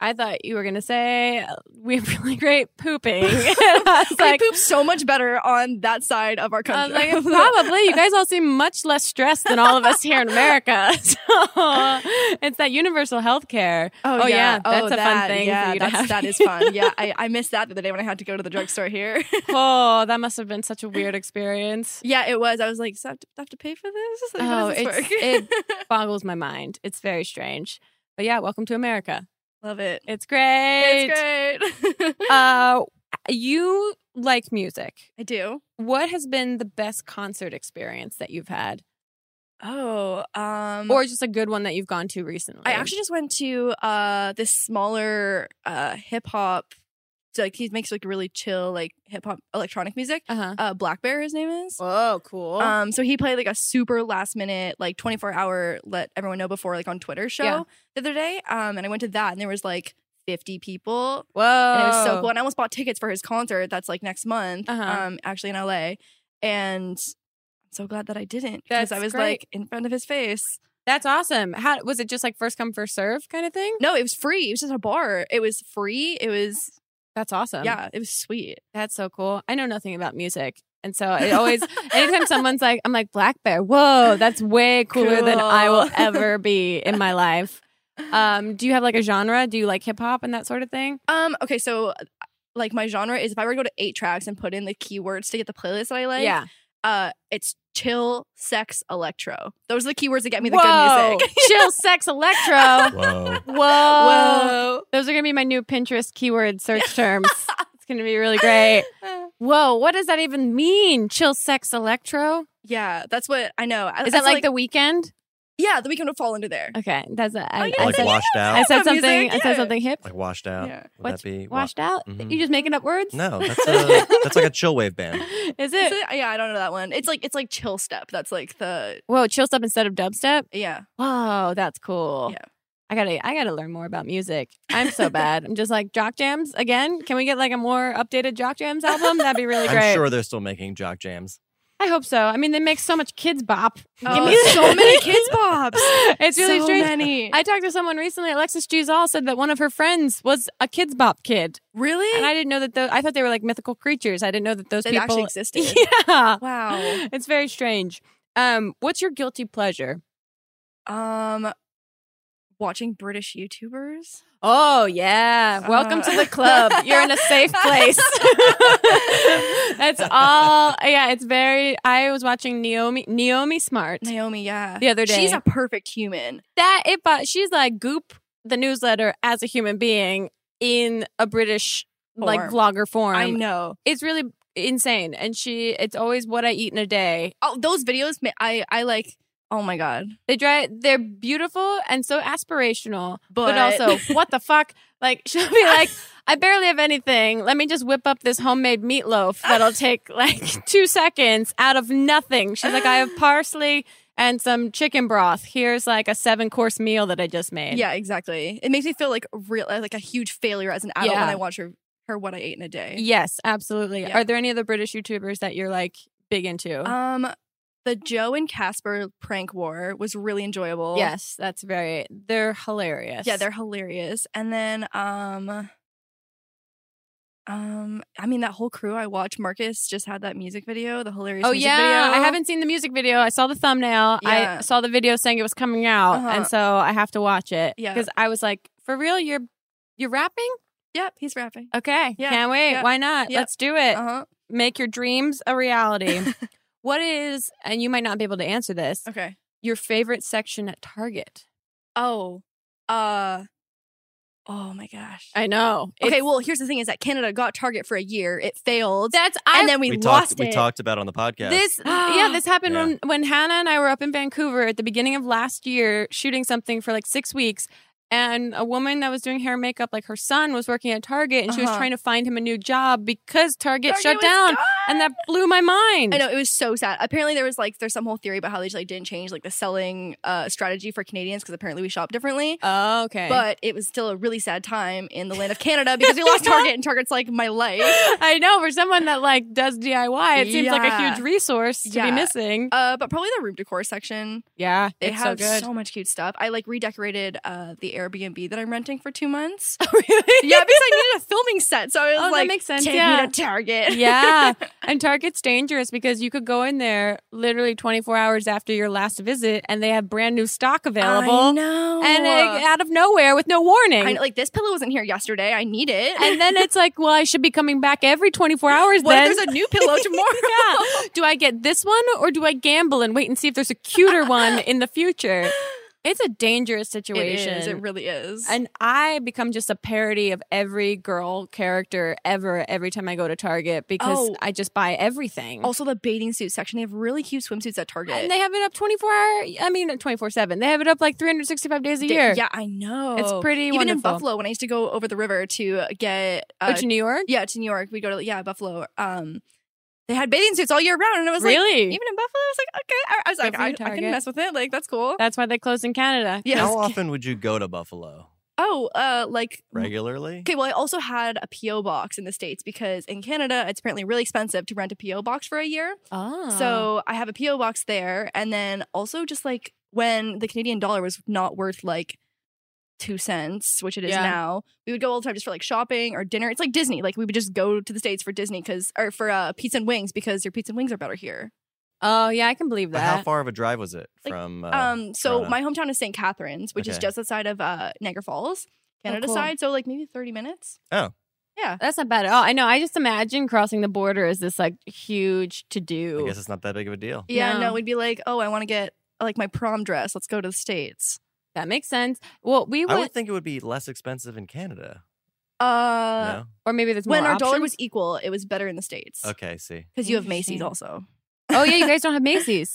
Speaker 1: I thought you were going to say, uh, we have really great pooping. I was
Speaker 2: I
Speaker 1: like,
Speaker 2: poop so much better on that side of our
Speaker 1: I was
Speaker 2: country.
Speaker 1: like, probably. You guys all seem much less stressed than all of us here in America. So it's that universal health care. oh, yeah, that's a fun
Speaker 2: that-
Speaker 1: thing for
Speaker 2: Yeah,
Speaker 1: you to
Speaker 2: that's,
Speaker 1: have.
Speaker 2: that is fun. Yeah, I, I missed that the other day when I had to go to the drugstore here.
Speaker 1: Oh, that must have been such a weird experience.
Speaker 2: yeah, it was. I was like, so I have to, I have to pay for this? Like, how
Speaker 1: Oh,
Speaker 2: does this
Speaker 1: it's-
Speaker 2: work?
Speaker 1: Boggles my mind. It's very strange. But yeah, welcome to America.
Speaker 2: Love it.
Speaker 1: It's great.
Speaker 2: It's great.
Speaker 1: Uh, you like music.
Speaker 2: I do.
Speaker 1: What has been the best concert experience that you've had,
Speaker 2: Oh, um,
Speaker 1: or just a good one that you've gone to recently?
Speaker 2: I actually just went to uh this smaller uh hip hop. So like he makes like really chill like hip hop electronic music.
Speaker 1: Uh huh.
Speaker 2: Uh, Black Bear, his name is.
Speaker 1: Oh, cool.
Speaker 2: Um, so he played like a super last minute, like 24 hour, let everyone know before, like on Twitter show
Speaker 1: Yeah.
Speaker 2: the other day. Um, and I went to that and there was like 50 people.
Speaker 1: Whoa.
Speaker 2: And it was so cool. And I almost bought tickets for his concert that's like next month,
Speaker 1: Oh. Uh-huh.
Speaker 2: um, actually in LA. And I'm so glad that I didn't because
Speaker 1: That's
Speaker 2: I was
Speaker 1: great.
Speaker 2: like in front of his face.
Speaker 1: That's awesome. How was it? Just like first come first serve kind of thing.
Speaker 2: No, it was free. It was just a bar. It was free. It was
Speaker 1: That's awesome.
Speaker 2: Yeah, it was sweet.
Speaker 1: That's so cool. I know nothing about music. And so it always, anytime someone's like, I'm like, Black Bear, whoa, that's way cooler than I will
Speaker 2: Cool.
Speaker 1: ever be in my life. Um, do you have like a genre? Do you like hip hop and that sort of thing?
Speaker 2: Um, okay, so like my genre is if I were to go to eight tracks and put in the keywords to get the playlist that I like,
Speaker 1: yeah.
Speaker 2: uh, it's chill, sex, electro. Those are the keywords that get me the
Speaker 1: whoa.
Speaker 2: good music.
Speaker 1: Chill, sex, electro.
Speaker 3: Whoa.
Speaker 1: Whoa.
Speaker 2: Whoa.
Speaker 1: Those are going to be my new Pinterest keyword search terms. it's going to be really great. Whoa. What does that even mean? Chill, sex, electro?
Speaker 2: Yeah, that's what I know. I-
Speaker 1: Is
Speaker 2: I
Speaker 1: that
Speaker 2: feel
Speaker 1: like, the weekend?
Speaker 2: Yeah, the weekend would fall under there.
Speaker 1: Okay. That's a, I,
Speaker 2: Oh, yeah,
Speaker 1: I
Speaker 3: Like
Speaker 1: said,
Speaker 3: washed
Speaker 1: I
Speaker 3: out.
Speaker 1: said
Speaker 2: That's not
Speaker 1: something.
Speaker 2: music,
Speaker 1: I
Speaker 2: yeah.
Speaker 1: said something hip.
Speaker 3: Like washed out.
Speaker 2: Yeah.
Speaker 3: Would
Speaker 1: What's
Speaker 3: that be wa-
Speaker 1: washed out?
Speaker 3: Mhm.
Speaker 1: You just making up words?
Speaker 3: No, that's a that's like a chill wave band.
Speaker 1: Is
Speaker 2: Is
Speaker 1: it?
Speaker 2: it? Yeah, I don't know that one. It's like it's like chill step. That's like the
Speaker 1: Whoa, chill step instead of dubstep.
Speaker 2: yeah.
Speaker 1: Whoa, that's cool.
Speaker 2: Yeah.
Speaker 1: I gotta, I gotta learn more about music. I'm so bad. I'm just like jock jams again. Can we get like a more updated jock jams album? That'd be really great.
Speaker 3: I'm sure they're still making jock jams.
Speaker 1: I hope so. I mean, they make so much kids bop.
Speaker 2: Oh,
Speaker 1: me-
Speaker 2: so many kids bops.
Speaker 1: It's really
Speaker 2: so
Speaker 1: strange.
Speaker 2: many.
Speaker 1: I talked to someone recently. Alexis Gizal said that one of her friends was a kids bop kid,
Speaker 2: really?
Speaker 1: and I didn't know that. Those, I thought they were like mythical creatures. I didn't know that those
Speaker 2: that
Speaker 1: people
Speaker 2: actually Oh. existed.
Speaker 1: Yeah.
Speaker 2: Wow.
Speaker 1: It's very strange. Um, what's your guilty pleasure?
Speaker 2: Um, watching British YouTubers.
Speaker 1: Oh yeah. Welcome
Speaker 2: Uh.
Speaker 1: to the club. You're in a safe place. That's all yeah, it's very I was watching Naomi Naomi Smart
Speaker 2: Naomi, yeah,
Speaker 1: the other day.
Speaker 2: she's a perfect human.
Speaker 1: that it but she's like goop the newsletter as a human being in a British like
Speaker 2: Form.
Speaker 1: vlogger form.
Speaker 2: I know.
Speaker 1: It's really insane. And she it's always what I eat in a day.
Speaker 2: Oh, those videos, ma- I I like. Oh my god,
Speaker 1: They dry they're beautiful and so aspirational.
Speaker 2: but,
Speaker 1: but also what the fuck like she'll be like i barely have anything let me just whip up this homemade meatloaf that'll take like two seconds out of nothing she's like i have parsley and some chicken broth here's like a seven course meal that i just made
Speaker 2: yeah, exactly. It makes me feel like real, like a huge failure as an adult
Speaker 1: Yeah.
Speaker 2: when I watch her her what I ate in a day.
Speaker 1: yes absolutely
Speaker 2: Yeah.
Speaker 1: are there any other british youtubers that you're like big into
Speaker 2: Um, the Joe and Casper prank war was really enjoyable.
Speaker 1: yes that's very they're hilarious
Speaker 2: yeah, they're hilarious. And then um. Um, I mean that whole crew I watched. Marcus just had that music video, the hilarious.
Speaker 1: Oh
Speaker 2: music
Speaker 1: yeah,
Speaker 2: video.
Speaker 1: I haven't seen the music video. I saw the thumbnail.
Speaker 2: Yeah.
Speaker 1: I saw the video saying it was coming out,
Speaker 2: Uh-huh.
Speaker 1: and so I have to watch it
Speaker 2: Yeah.
Speaker 1: because I was like, "For real, you're you're rapping?
Speaker 2: Yep, he's rapping.
Speaker 1: Okay.
Speaker 2: Yeah.
Speaker 1: Can't wait.
Speaker 2: Yeah.
Speaker 1: Why not?
Speaker 2: Yep.
Speaker 1: Let's do it.
Speaker 2: Uh huh.
Speaker 1: Make your dreams a reality. what is, and you might not be able to answer this,
Speaker 2: Okay.
Speaker 1: your favorite section at Target?
Speaker 2: Oh. Uh. Oh my gosh.
Speaker 1: I know.
Speaker 2: okay. Well, here's the thing: is that Canada got Target for a year. It failed,
Speaker 1: that's, I
Speaker 2: and then we,
Speaker 3: we
Speaker 2: lost
Speaker 3: talked.
Speaker 2: it.
Speaker 3: We talked about it on the podcast.
Speaker 1: This yeah, this happened
Speaker 3: Yeah.
Speaker 1: when when Hannah and I were up in Vancouver at the beginning of last year shooting something for like 6 weeks and a woman that was doing hair and makeup like her son was working at Target and she was
Speaker 2: Uh-huh.
Speaker 1: trying to find him a new job because Target,
Speaker 2: Target
Speaker 1: shut
Speaker 2: was
Speaker 1: down
Speaker 2: gone!
Speaker 1: and that blew my mind.
Speaker 2: I know it was so sad. Apparently, there was like there's some whole theory about how they just like didn't change like the selling uh, strategy for Canadians because apparently we shop differently.
Speaker 1: Oh, okay.
Speaker 2: But it was still a really sad time in the land of Canada because we lost Target, and Target's like my life.
Speaker 1: I know for someone that like does DIY, it seems like a
Speaker 2: Yeah.
Speaker 1: huge resource to
Speaker 2: Yeah.
Speaker 1: be missing.
Speaker 2: Uh, but probably the room decor section.
Speaker 1: yeah,
Speaker 2: They
Speaker 1: it's so
Speaker 2: have
Speaker 1: good.
Speaker 2: much cute stuff. I like redecorated uh, the Airbnb that I'm renting for two months.
Speaker 1: really?
Speaker 2: yeah, because I needed a filming set, so I was
Speaker 1: Oh, that
Speaker 2: like,
Speaker 1: makes sense,
Speaker 2: Take
Speaker 1: yeah.
Speaker 2: me to Target.
Speaker 1: yeah. And Target's dangerous because you could go in there literally 24 hours after your last visit and they have brand new stock
Speaker 2: I
Speaker 1: available.
Speaker 2: know.
Speaker 1: And uh, out of nowhere with no warning.
Speaker 2: I know, like this pillow wasn't here yesterday. I need it.
Speaker 1: and then it's like, well, I should be coming back every 24 hours
Speaker 2: what
Speaker 1: then.
Speaker 2: if there's a new pillow tomorrow?
Speaker 1: yeah. Do I get this one or do I gamble and wait and see if there's a cuter one in the future? It's a dangerous
Speaker 2: It
Speaker 1: situation.
Speaker 2: is. It really is.
Speaker 1: And I become just a parody of every girl character ever every time I go to Target because
Speaker 2: Oh.
Speaker 1: I just buy everything.
Speaker 2: also, the bathing suit section. They have really cute swimsuits at Target.
Speaker 1: And they have it up 24 hour, I mean, 24 7. They have it up like 365 days a
Speaker 2: They-
Speaker 1: year.
Speaker 2: Yeah, I know.
Speaker 1: It's pretty
Speaker 2: Even in
Speaker 1: wonderful.
Speaker 2: Buffalo, when I used to go over the river to get
Speaker 1: Oh,
Speaker 2: uh,
Speaker 1: to New York?
Speaker 2: yeah to New York, we go to yeah Buffalo. Um, they had bathing suits all year round, and I was like,
Speaker 1: really?
Speaker 2: even in Buffalo, I was like, okay, I, I was like,
Speaker 1: Good for you,
Speaker 2: I, I
Speaker 1: Target.
Speaker 2: can mess with it. Like that's cool.
Speaker 1: That's why they closed in Canada.
Speaker 2: Yes.
Speaker 3: How often would you go to Buffalo?
Speaker 2: Oh, uh, like
Speaker 3: Regularly?
Speaker 2: Okay, well, I also had a PO box in the states because in Canada it's apparently really expensive to rent a PO box for a year.
Speaker 1: Oh.
Speaker 2: So I have a PO box there, and then also just like when the Canadian dollar was not worth like two cents, which it is
Speaker 1: Yeah.
Speaker 2: now, we would go all the time just for like shopping or dinner. It's like Disney, like we would just go to the states for Disney because or for uh, pizza and wings because your pizza and wings are better here.
Speaker 1: Oh, yeah, I can believe
Speaker 3: But how
Speaker 1: that.
Speaker 3: far of a drive was it
Speaker 2: Like,
Speaker 3: from? Uh,
Speaker 1: Oh,
Speaker 2: um, so
Speaker 3: Toronto?
Speaker 2: my hometown is St. Catharines, which is
Speaker 3: Okay.
Speaker 2: just outside of uh, Niagara Falls, Canada
Speaker 1: Oh, cool.
Speaker 2: side. So like maybe thirty minutes.
Speaker 1: That's not bad at all. I know. I just imagine crossing the border as this like huge to do.
Speaker 3: I guess it's not that big of a deal.
Speaker 2: Yeah,
Speaker 1: Yeah.
Speaker 2: no, we'd be like, oh, I want to get like my prom dress. Let's go to the states.
Speaker 1: That makes sense. Well, we
Speaker 3: I
Speaker 1: went,
Speaker 3: would think it would be less expensive in Canada.
Speaker 2: Uh,
Speaker 3: no.
Speaker 1: or maybe there's
Speaker 2: when
Speaker 1: more
Speaker 2: our dollar was
Speaker 1: options.
Speaker 2: equal, it was better in the states
Speaker 3: Okay. See.
Speaker 2: because you have Macy's
Speaker 1: Interesting.
Speaker 2: also.
Speaker 1: Oh yeah, you guys don't have Macy's.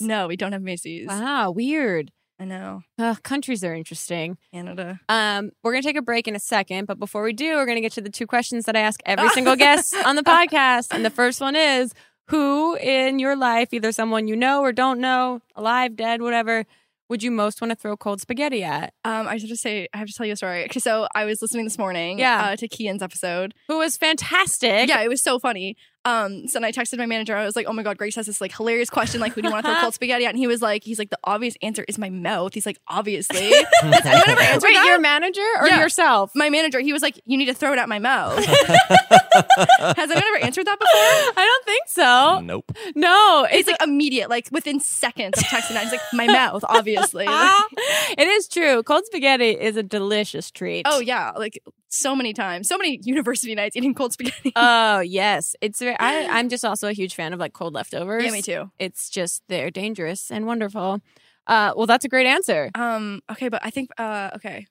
Speaker 2: No, we don't have Macy's.
Speaker 1: Wow, weird.
Speaker 2: I know,
Speaker 1: Ugh, countries are interesting.
Speaker 2: Canada.
Speaker 1: Um, we're gonna take a break in a second, but before we do, we're gonna get to the two questions that I ask every single guest on the podcast. And the first one is who in your life, either someone you know or don't know, alive, dead, whatever, would you most want to throw cold spaghetti at?
Speaker 2: Um, I should just say I have to tell you a story. 'Kay, So I was listening this morning,
Speaker 1: Yeah.
Speaker 2: uh, to Kian's episode.
Speaker 1: Who was fantastic.
Speaker 2: Yeah, it was so funny. Um, so then I texted my manager. I was like, "Oh my god, Grace has this like hilarious question. Like, who do you want to throw cold spaghetti at?" And he was like, "He's like the obvious answer is my mouth." He's like, "Obviously." anyone ever answer
Speaker 1: Wait,
Speaker 2: that?
Speaker 1: your manager or
Speaker 2: Yeah.
Speaker 1: yourself?
Speaker 2: my manager, he was like, "You need to throw it at my mouth." Has anyone ever answered that before?
Speaker 1: I don't think so.
Speaker 3: nope.
Speaker 1: No,
Speaker 2: It's
Speaker 1: it's
Speaker 2: like immediate, like within seconds of texting that. It's like my mouth, obviously. Like,
Speaker 1: Ah, it is true. Cold spaghetti is a delicious treat.
Speaker 2: oh yeah, like so many times, so many university nights eating cold spaghetti.
Speaker 1: Oh yes, it's. Very, I, I'm just also a huge fan of like cold leftovers.
Speaker 2: yeah, me too.
Speaker 1: It's just they're dangerous and wonderful. Uh, well, that's a great answer.
Speaker 2: Um, okay, but I think uh, okay.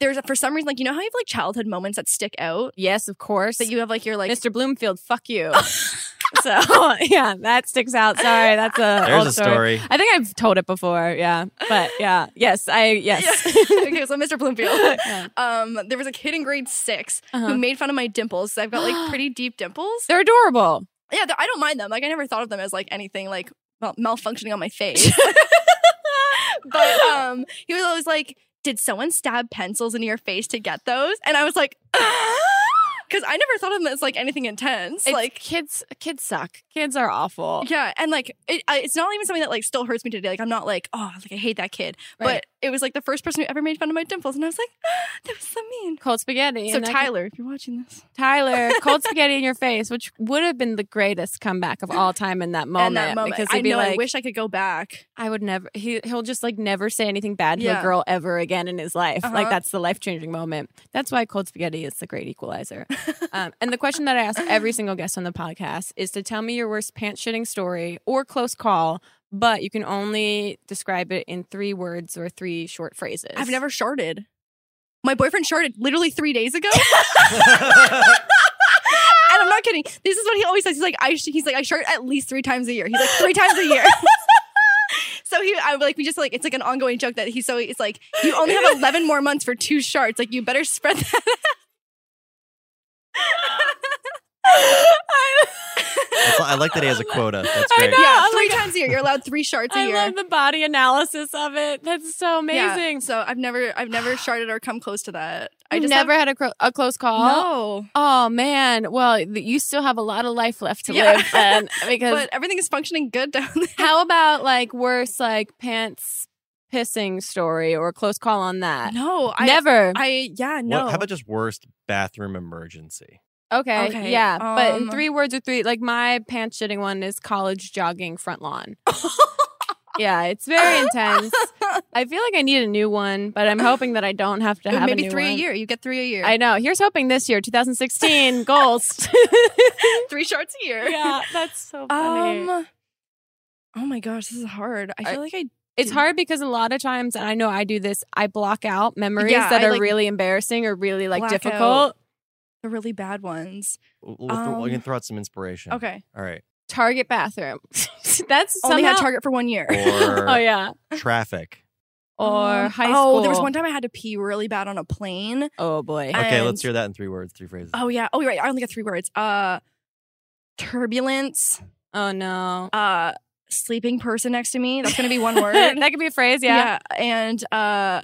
Speaker 2: There's for some reason, like you know how you have like childhood moments that stick out
Speaker 1: Yes, of course.
Speaker 2: that you have like your like
Speaker 1: Mr. Bloomfield, fuck you. so yeah, that sticks out. Sorry, that's a
Speaker 3: There's
Speaker 1: old
Speaker 3: a story.
Speaker 1: I think I've told it before. Yeah, but yeah, yes, I yes.
Speaker 2: Yeah. okay, so Mr. Bloomfield.
Speaker 1: Yeah.
Speaker 2: Um, there was a kid in grade 6
Speaker 1: Uh-huh.
Speaker 2: who made fun of my dimples. So I've got like pretty deep dimples.
Speaker 1: They're adorable.
Speaker 2: Yeah, they're- I don't mind them. Like I never thought of them as like anything like mal- malfunctioning on my face. but um, he was always like, "Did someone stab pencils into your face to get those?" And I was like, "Because I never thought of them as like anything intense."
Speaker 1: It's-
Speaker 2: like,
Speaker 1: kids, kids suck. Kids are awful.
Speaker 2: yeah, and like it, I, it's not even something that like still hurts me today. Like I'm not like, oh, like I hate that kid,
Speaker 1: Right.
Speaker 2: it was like the first person who ever made fun of my dimples, and I was like, "Ah, that was so mean.
Speaker 1: Cold spaghetti.
Speaker 2: So
Speaker 1: and I
Speaker 2: Tyler, if you're watching this,
Speaker 1: could- Tyler, cold spaghetti in your face, which would have been the greatest comeback of all time in that moment.
Speaker 2: and that moment,
Speaker 1: Because he'd
Speaker 2: I
Speaker 1: be
Speaker 2: know
Speaker 1: like,
Speaker 2: I wish I could go back.
Speaker 1: I would never. He he'll just like never say anything bad to a
Speaker 2: Yeah.
Speaker 1: girl ever again in his life. Like
Speaker 2: Uh-huh.
Speaker 1: that's the life changing moment. That's why cold spaghetti is the great equalizer. um, and the question that I ask every single guest on the podcast is to tell me your worst pants shitting story or close call, but you can only describe it in three words or three short phrases.
Speaker 2: I've never sharded. My boyfriend sharded literally three days ago. And I'm not kidding. This is what he always says. He's like, I sh- he's like, I shart at least three times a year. He's like, three times a year. so he, I like, we just like, it's like an ongoing joke that he's so it's like, you only have 11 more months for two sharts. Like, you better spread that.
Speaker 3: That's- I like that he has a quota. That's
Speaker 1: I
Speaker 3: great.
Speaker 1: know.
Speaker 2: yeah,
Speaker 1: I'm
Speaker 2: three times a year. You're allowed three sharts a
Speaker 1: I
Speaker 2: year.
Speaker 1: love the body analysis of it. That's so
Speaker 2: Yeah.
Speaker 1: amazing.
Speaker 2: So I've never, I've never sharted or come close to that. I just
Speaker 1: never had a, cro- a close
Speaker 2: have-
Speaker 1: call.
Speaker 2: no,
Speaker 1: Oh man, well th- you still have a lot of life left to
Speaker 2: Yeah.
Speaker 1: live then, because
Speaker 2: but everything is functioning good down there.
Speaker 1: how about like worse like pants pissing story or close call on that?
Speaker 2: No, I
Speaker 1: Uh, Never.
Speaker 2: I yeah,
Speaker 3: What-
Speaker 2: no.
Speaker 3: how about just worst bathroom emergency?
Speaker 1: okay,
Speaker 2: Okay,
Speaker 1: yeah, but in
Speaker 2: um,
Speaker 1: three words or three, like my pants shitting one is college jogging front lawn. yeah, it's very intense. I feel like I need a new one, but I'm hoping that I don't have to have
Speaker 2: maybe
Speaker 1: a new
Speaker 2: three
Speaker 1: one.
Speaker 2: a year? You get three a year.
Speaker 1: I know. Here's hoping this year, 2016 goals.
Speaker 2: three sharts a year.
Speaker 1: yeah, that's so funny.
Speaker 2: Um. Oh my gosh, this is hard. I
Speaker 1: I-
Speaker 2: feel like I
Speaker 1: It's hard because a lot of times, and I know I do this, I block out memories
Speaker 2: Yeah,
Speaker 1: that
Speaker 2: I,
Speaker 1: are
Speaker 2: like,
Speaker 1: really embarrassing or really like
Speaker 2: black
Speaker 1: difficult.
Speaker 2: the really bad ones.
Speaker 3: We'll, we'll throw-
Speaker 2: Um,
Speaker 3: we can throw out some inspiration.
Speaker 2: Okay,
Speaker 3: All right.
Speaker 1: Target bathroom. That's
Speaker 2: only had
Speaker 1: somehow-
Speaker 2: Target for one year.
Speaker 3: Or
Speaker 1: Oh yeah,
Speaker 3: traffic.
Speaker 1: or
Speaker 2: Um,
Speaker 1: high school.
Speaker 2: Oh, there was one time I had to pee really bad on a plane.
Speaker 1: Oh boy.
Speaker 3: Okay,
Speaker 2: And-
Speaker 3: let's hear that in three words, three phrases.
Speaker 2: Oh yeah. Oh you're right. I only got three words. Uh, turbulence.
Speaker 1: Oh no.
Speaker 2: Uh, sleeping person next to me. That's gonna be one word.
Speaker 1: that could be a phrase. Yeah.
Speaker 2: And uh,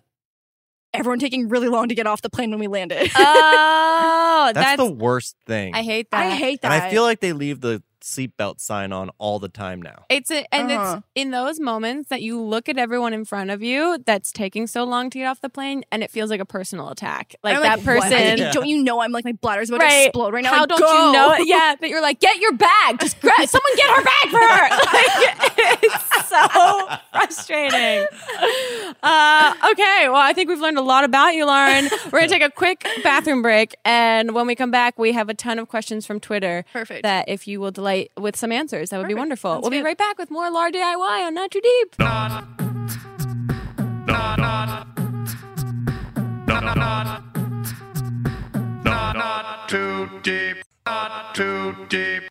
Speaker 2: everyone taking really long to get off the plane when we landed.
Speaker 1: Oh,
Speaker 3: that's,
Speaker 1: that's.
Speaker 3: the worst thing.
Speaker 1: Uh, I hate that.
Speaker 2: I hate that.
Speaker 3: and I feel like they leave the seatbelt sign on all the time now.
Speaker 1: It's a, and
Speaker 2: Uh-huh.
Speaker 1: it's in those moments that you look at everyone in front of you that's taking so long to get off the plane, and it feels like a personal attack. Like
Speaker 2: I'm
Speaker 1: that
Speaker 2: what?
Speaker 1: person.
Speaker 3: Yeah.
Speaker 2: Don't you know I'm like my bladder's about
Speaker 1: Right.
Speaker 2: to explode right now?
Speaker 1: How
Speaker 2: Like,
Speaker 1: don't
Speaker 2: go.
Speaker 1: you know it? Yeah, that you're like, get your bag. Just grab someone get her bag for her. Like, it's so frustrating. Uh, okay, well, I think we've learned a lot about you, Lauren. We're gonna take a quick bathroom break, and when we come back, we have a ton of questions from Twitter.
Speaker 2: Perfect.
Speaker 1: That if you will delight with some answers, that would be
Speaker 2: Perfect.
Speaker 1: wonderful.
Speaker 2: Sounds
Speaker 1: we'll be
Speaker 2: good.
Speaker 1: right back with more Lar DIY on Not Too Deep.
Speaker 4: too deep, not too deep.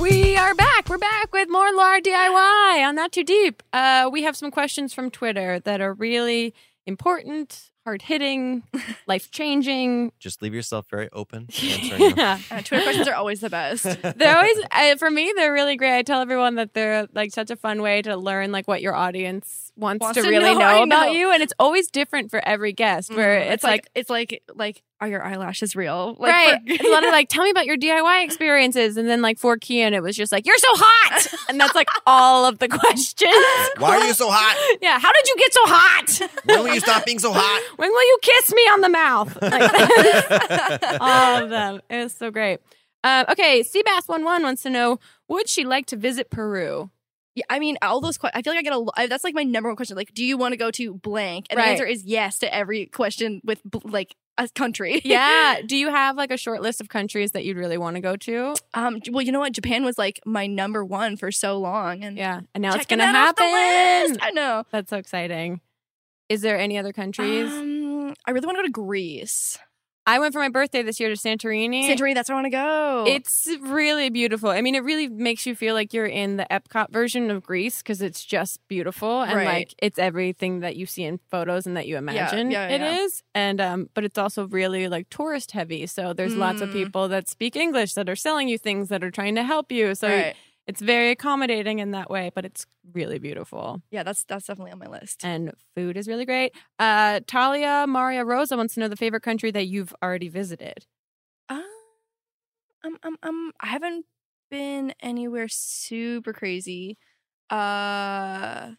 Speaker 1: We are back. We're back with more Lar DIY on Not Too Deep. Uh, we have some questions from Twitter that are really important, hard hitting, life changing.
Speaker 3: Just leave yourself very open. to answering them.
Speaker 1: Yeah.
Speaker 2: Uh, Twitter questions are always the best.
Speaker 1: They're always uh, for me. They're really great. I tell everyone that they're like such a fun way to learn like what your audience wants,
Speaker 2: Wants
Speaker 1: to,
Speaker 2: to
Speaker 1: really
Speaker 2: know,
Speaker 1: know,
Speaker 2: I
Speaker 1: about
Speaker 2: know. Mm,
Speaker 1: you, and it's always different for every guest. Where it's, like,
Speaker 2: it's like like are your eyelashes real? Like,
Speaker 1: right.
Speaker 2: for-
Speaker 1: It's a lot of like, tell me about your DIY experiences. And then like for Kian, it was just like, you're so hot. And that's like all of the questions.
Speaker 4: Why are you so hot?
Speaker 1: yeah. How did you get so hot?
Speaker 4: When will you stop being so hot?
Speaker 1: When will you kiss me on the mouth? Like, all of them. It was so great. Uh, okay. Seabass11 wants to know, would she like to visit Peru?
Speaker 2: Yeah, I mean, all those questions. I feel like I get a. lo- I, that's like my number one question. Like, do you want to go to blank? And
Speaker 1: Right.
Speaker 2: the answer is yes to every question with bl- like a country.
Speaker 1: Yeah. Do you have like a short list of countries that you'd really want to go to?
Speaker 2: Um. Well, you know what? Japan was like my number one for so long, and
Speaker 1: Yeah. And now it's
Speaker 2: checking
Speaker 1: going to
Speaker 2: that off the
Speaker 1: happen.
Speaker 2: list. I know.
Speaker 1: That's so exciting. Is there any other countries?
Speaker 2: Um, I really want to go to Greece.
Speaker 1: I went for my birthday this year to Santorini.
Speaker 2: Santorini, that's where I want to go.
Speaker 1: It's really beautiful. I mean, it really makes you feel like you're in the Epcot version of Greece because it's just beautiful and
Speaker 2: Right.
Speaker 1: like it's everything that you see in photos and that you imagine it is.
Speaker 2: yeah, yeah.
Speaker 1: And um, but it's also really like tourist heavy. So there's lots of
Speaker 2: Mm.
Speaker 1: people that speak English that are selling you things that are trying to help you. So
Speaker 2: Right.
Speaker 1: it's very accommodating in that way. But it's really beautiful
Speaker 2: Yeah, that's that's definitely on my list.
Speaker 1: and food is really great. Uh, Talia Maria Rosa wants to know the favorite country that you've already visited.
Speaker 2: Uh, um, um, um, I haven't been anywhere super crazy. Uh,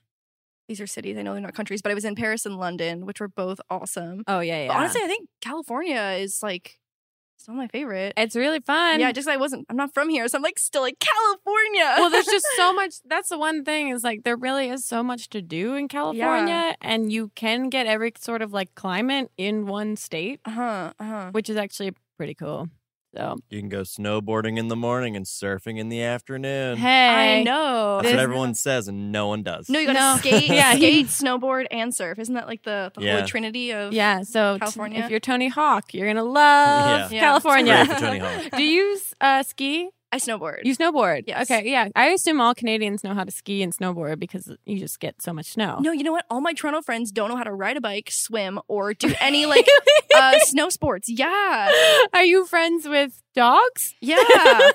Speaker 2: these are cities. I know they're not countries, but I was in Paris and London, which were both awesome.
Speaker 1: Oh yeah, yeah.
Speaker 2: But honestly, I think California is like still my favorite.
Speaker 1: it's really fun.
Speaker 2: yeah, just I wasn't. I'm not from here, so I'm like still like California.
Speaker 1: well, there's just so much. That's the one thing is like there really is so much to do in California, and you can get every sort of like climate in one state,
Speaker 2: uh huh, uh huh.
Speaker 1: which is actually pretty cool. So
Speaker 3: You can go snowboarding in the morning and surfing in the afternoon.
Speaker 1: hey,
Speaker 2: I know.
Speaker 3: That's what
Speaker 1: this-
Speaker 3: everyone says, and no one does.
Speaker 2: No, you gotta
Speaker 1: No.
Speaker 2: skate,
Speaker 1: Yeah,
Speaker 2: skate,
Speaker 1: he-
Speaker 2: snowboard, and surf. Isn't that like the, the
Speaker 3: Yeah.
Speaker 2: holy trinity of
Speaker 1: Yeah, so t-
Speaker 2: California?
Speaker 1: if you're Tony Hawk, you're gonna love
Speaker 2: Yeah. Yeah.
Speaker 1: California.
Speaker 3: Great for Tony Hawk.
Speaker 1: Do you s- uh, ski?
Speaker 2: I snowboard.
Speaker 1: You snowboard?
Speaker 2: Yes.
Speaker 1: Okay, yeah. I assume all Canadians know how to ski and snowboard because you just get so much snow.
Speaker 2: no, you know what? All my Toronto friends don't know how to ride a bike, swim, or do any like uh, snow sports. Yeah,
Speaker 1: Are you friends with dogs?
Speaker 2: yeah.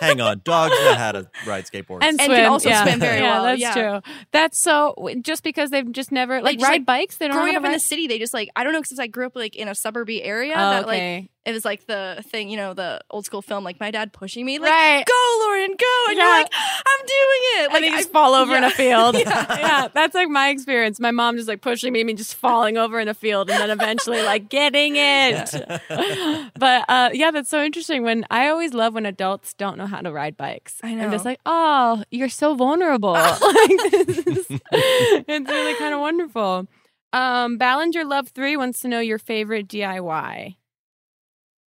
Speaker 3: Hang on, dogs know how to ride skateboards.
Speaker 2: And
Speaker 1: and, swim.
Speaker 2: can also
Speaker 1: yeah.
Speaker 2: swim very
Speaker 1: yeah,
Speaker 2: well,
Speaker 1: That's
Speaker 2: yeah.
Speaker 1: true. That's so w- just because they've just never like
Speaker 2: just,
Speaker 1: ride
Speaker 2: like,
Speaker 1: bikes. They don't know
Speaker 2: Growing
Speaker 1: how
Speaker 2: up
Speaker 1: to
Speaker 2: in the
Speaker 1: ride.
Speaker 2: city, they just like I don't know since I grew up like in a suburby area
Speaker 1: Oh,
Speaker 2: that like
Speaker 1: okay.
Speaker 2: it was like the thing you know the old school film like my dad pushing me like
Speaker 1: right.
Speaker 2: go Lauren go and
Speaker 1: Yeah.
Speaker 2: you're like I'm doing it
Speaker 1: and
Speaker 2: like
Speaker 1: they just
Speaker 2: I-
Speaker 1: fall over in
Speaker 2: yeah.
Speaker 1: a field.
Speaker 2: Yeah.
Speaker 1: yeah, that's like my experience. My mom just like pushing me, me just falling over in a field, and then eventually like getting it. but uh, yeah, that's so interesting. When I always love when adults don't know how to ride bikes.
Speaker 2: I
Speaker 1: I'm
Speaker 2: know. Oh.
Speaker 1: just like, oh, you're so vulnerable. like, this is, it's really kind of wonderful. Um, Ballinger Love Three wants to know your favorite DIY.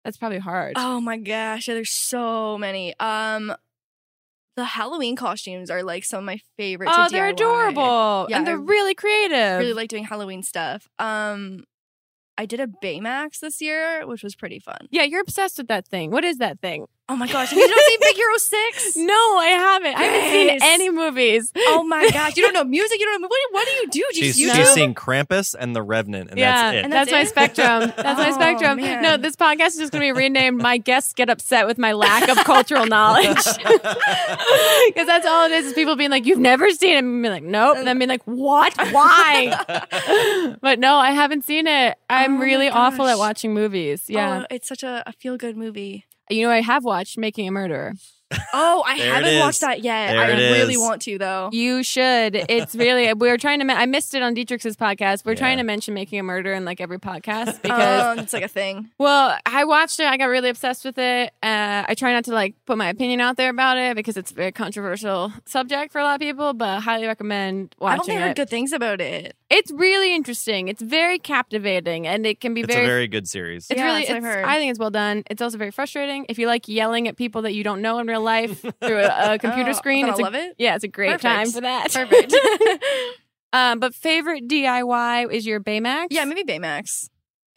Speaker 1: That's probably hard.
Speaker 2: oh my gosh yeah, there's so many um the Halloween costumes are like some of my favorites
Speaker 1: Oh,
Speaker 2: to
Speaker 1: they're
Speaker 2: DIY.
Speaker 1: adorable
Speaker 2: Yeah,
Speaker 1: and
Speaker 2: I
Speaker 1: they're really creative.
Speaker 2: really like doing Halloween stuff um I did a Baymax this year which was pretty fun
Speaker 1: yeah, you're obsessed with that thing. What is that thing?
Speaker 2: oh my gosh have you don't see Big Hero Six
Speaker 1: No, I haven't. I haven't seen
Speaker 2: Yes.
Speaker 1: any movies.
Speaker 2: oh my gosh you don't know music you don't know what, what do you do Do you
Speaker 3: she's,
Speaker 2: just YouTube
Speaker 3: she's seen Krampus and the Revenant, and
Speaker 1: yeah,
Speaker 3: that's it.
Speaker 2: And
Speaker 1: that's,
Speaker 2: that's
Speaker 1: my
Speaker 2: it?
Speaker 1: spectrum. That's my
Speaker 2: Oh,
Speaker 1: spectrum.
Speaker 2: man.
Speaker 1: No, this podcast is just going to be renamed "My Guests Get Upset with My Lack of Cultural Knowledge," because that's all it is: is people being like, "You've never seen it," and being like, "Nope," and then being like, "What? Why?" but no, I haven't seen it.
Speaker 2: Oh,
Speaker 1: I'm
Speaker 2: my
Speaker 1: really awful at
Speaker 2: gosh.
Speaker 1: watching movies. Yeah,
Speaker 2: Oh, it's such a, a feel good movie.
Speaker 1: you know, I have watched "Making a Murderer."
Speaker 2: Oh, I
Speaker 3: There it
Speaker 2: haven't
Speaker 3: is.
Speaker 2: watched that yet.
Speaker 3: There
Speaker 2: I
Speaker 3: it
Speaker 2: really
Speaker 3: is.
Speaker 2: want to though.
Speaker 1: You should. It's really. we were trying to. men- I missed it on Dietrich's podcast. We're trying
Speaker 3: Yeah.
Speaker 1: to mention "Making a Murderer" in like every podcast because.
Speaker 2: Um, it's like a thing.
Speaker 1: Well, I watched it. I got really obsessed with it. Uh, I try not to like put my opinion out there about it because it's a very controversial subject for a lot of people, but I highly recommend
Speaker 2: I've only
Speaker 1: watching
Speaker 2: heard
Speaker 1: it.
Speaker 2: good things about it.
Speaker 1: It's really interesting. It's very captivating, and it can be
Speaker 3: it's
Speaker 1: very.
Speaker 3: a very good series.
Speaker 1: it's
Speaker 2: Yeah,
Speaker 1: really.
Speaker 2: that's what I've
Speaker 1: it's-
Speaker 2: heard.
Speaker 1: I think it's well done. It's also very frustrating if you like yelling at people that you don't know in real life through a, a computer
Speaker 2: Oh,
Speaker 1: screen.
Speaker 2: then
Speaker 1: It's
Speaker 2: I'll
Speaker 1: a,
Speaker 2: love it.
Speaker 1: Yeah, it's a great
Speaker 2: Perfect.
Speaker 1: time for that.
Speaker 2: Perfect.
Speaker 1: um, but favorite DIY is your Baymax.
Speaker 2: yeah, maybe Baymax.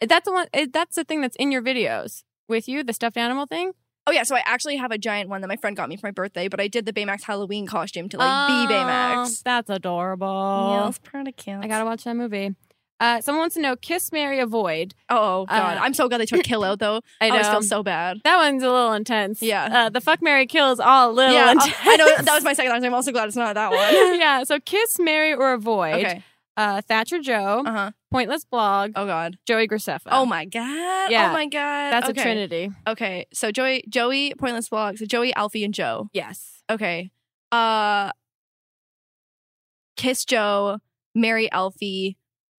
Speaker 1: that's the one. That's the thing that's in your videos with you, the stuffed animal thing.
Speaker 2: Oh yeah, so I actually have a giant one that my friend got me for my birthday, but I did the Baymax Halloween costume to like be Baymax.
Speaker 1: Oh, That's
Speaker 2: Yeah,
Speaker 1: adorable.
Speaker 2: it's pretty cute.
Speaker 1: I gotta watch that movie. Uh, someone wants to know Kiss Mary Avoid.
Speaker 2: Oh, oh, god,
Speaker 1: Uh,
Speaker 2: I'm so glad they took Kill out though.
Speaker 1: I know
Speaker 2: always feel Oh, so bad.
Speaker 1: that one's a little intense.
Speaker 2: Yeah.
Speaker 1: Uh, the Fuck Mary Kills all a little
Speaker 2: Yeah, uh,
Speaker 1: intense.
Speaker 2: I I know that was my second time. I'm also glad it's not that one.
Speaker 1: yeah. So Kiss Mary or Avoid.
Speaker 2: Okay.
Speaker 1: Uh, Thatcher Joe,
Speaker 2: Uh huh.
Speaker 1: Pointless Blog,
Speaker 2: Oh god.
Speaker 1: Joey Graceffa.
Speaker 2: Oh my god.
Speaker 1: Yeah.
Speaker 2: Oh my god.
Speaker 1: That's a
Speaker 2: Okay.
Speaker 1: trinity.
Speaker 2: Okay, so Joey, Joey, pointless vlog. So Joey, Alfie, and Joe.
Speaker 1: Yes.
Speaker 2: Okay, uh, kiss Joe, marry Alfie,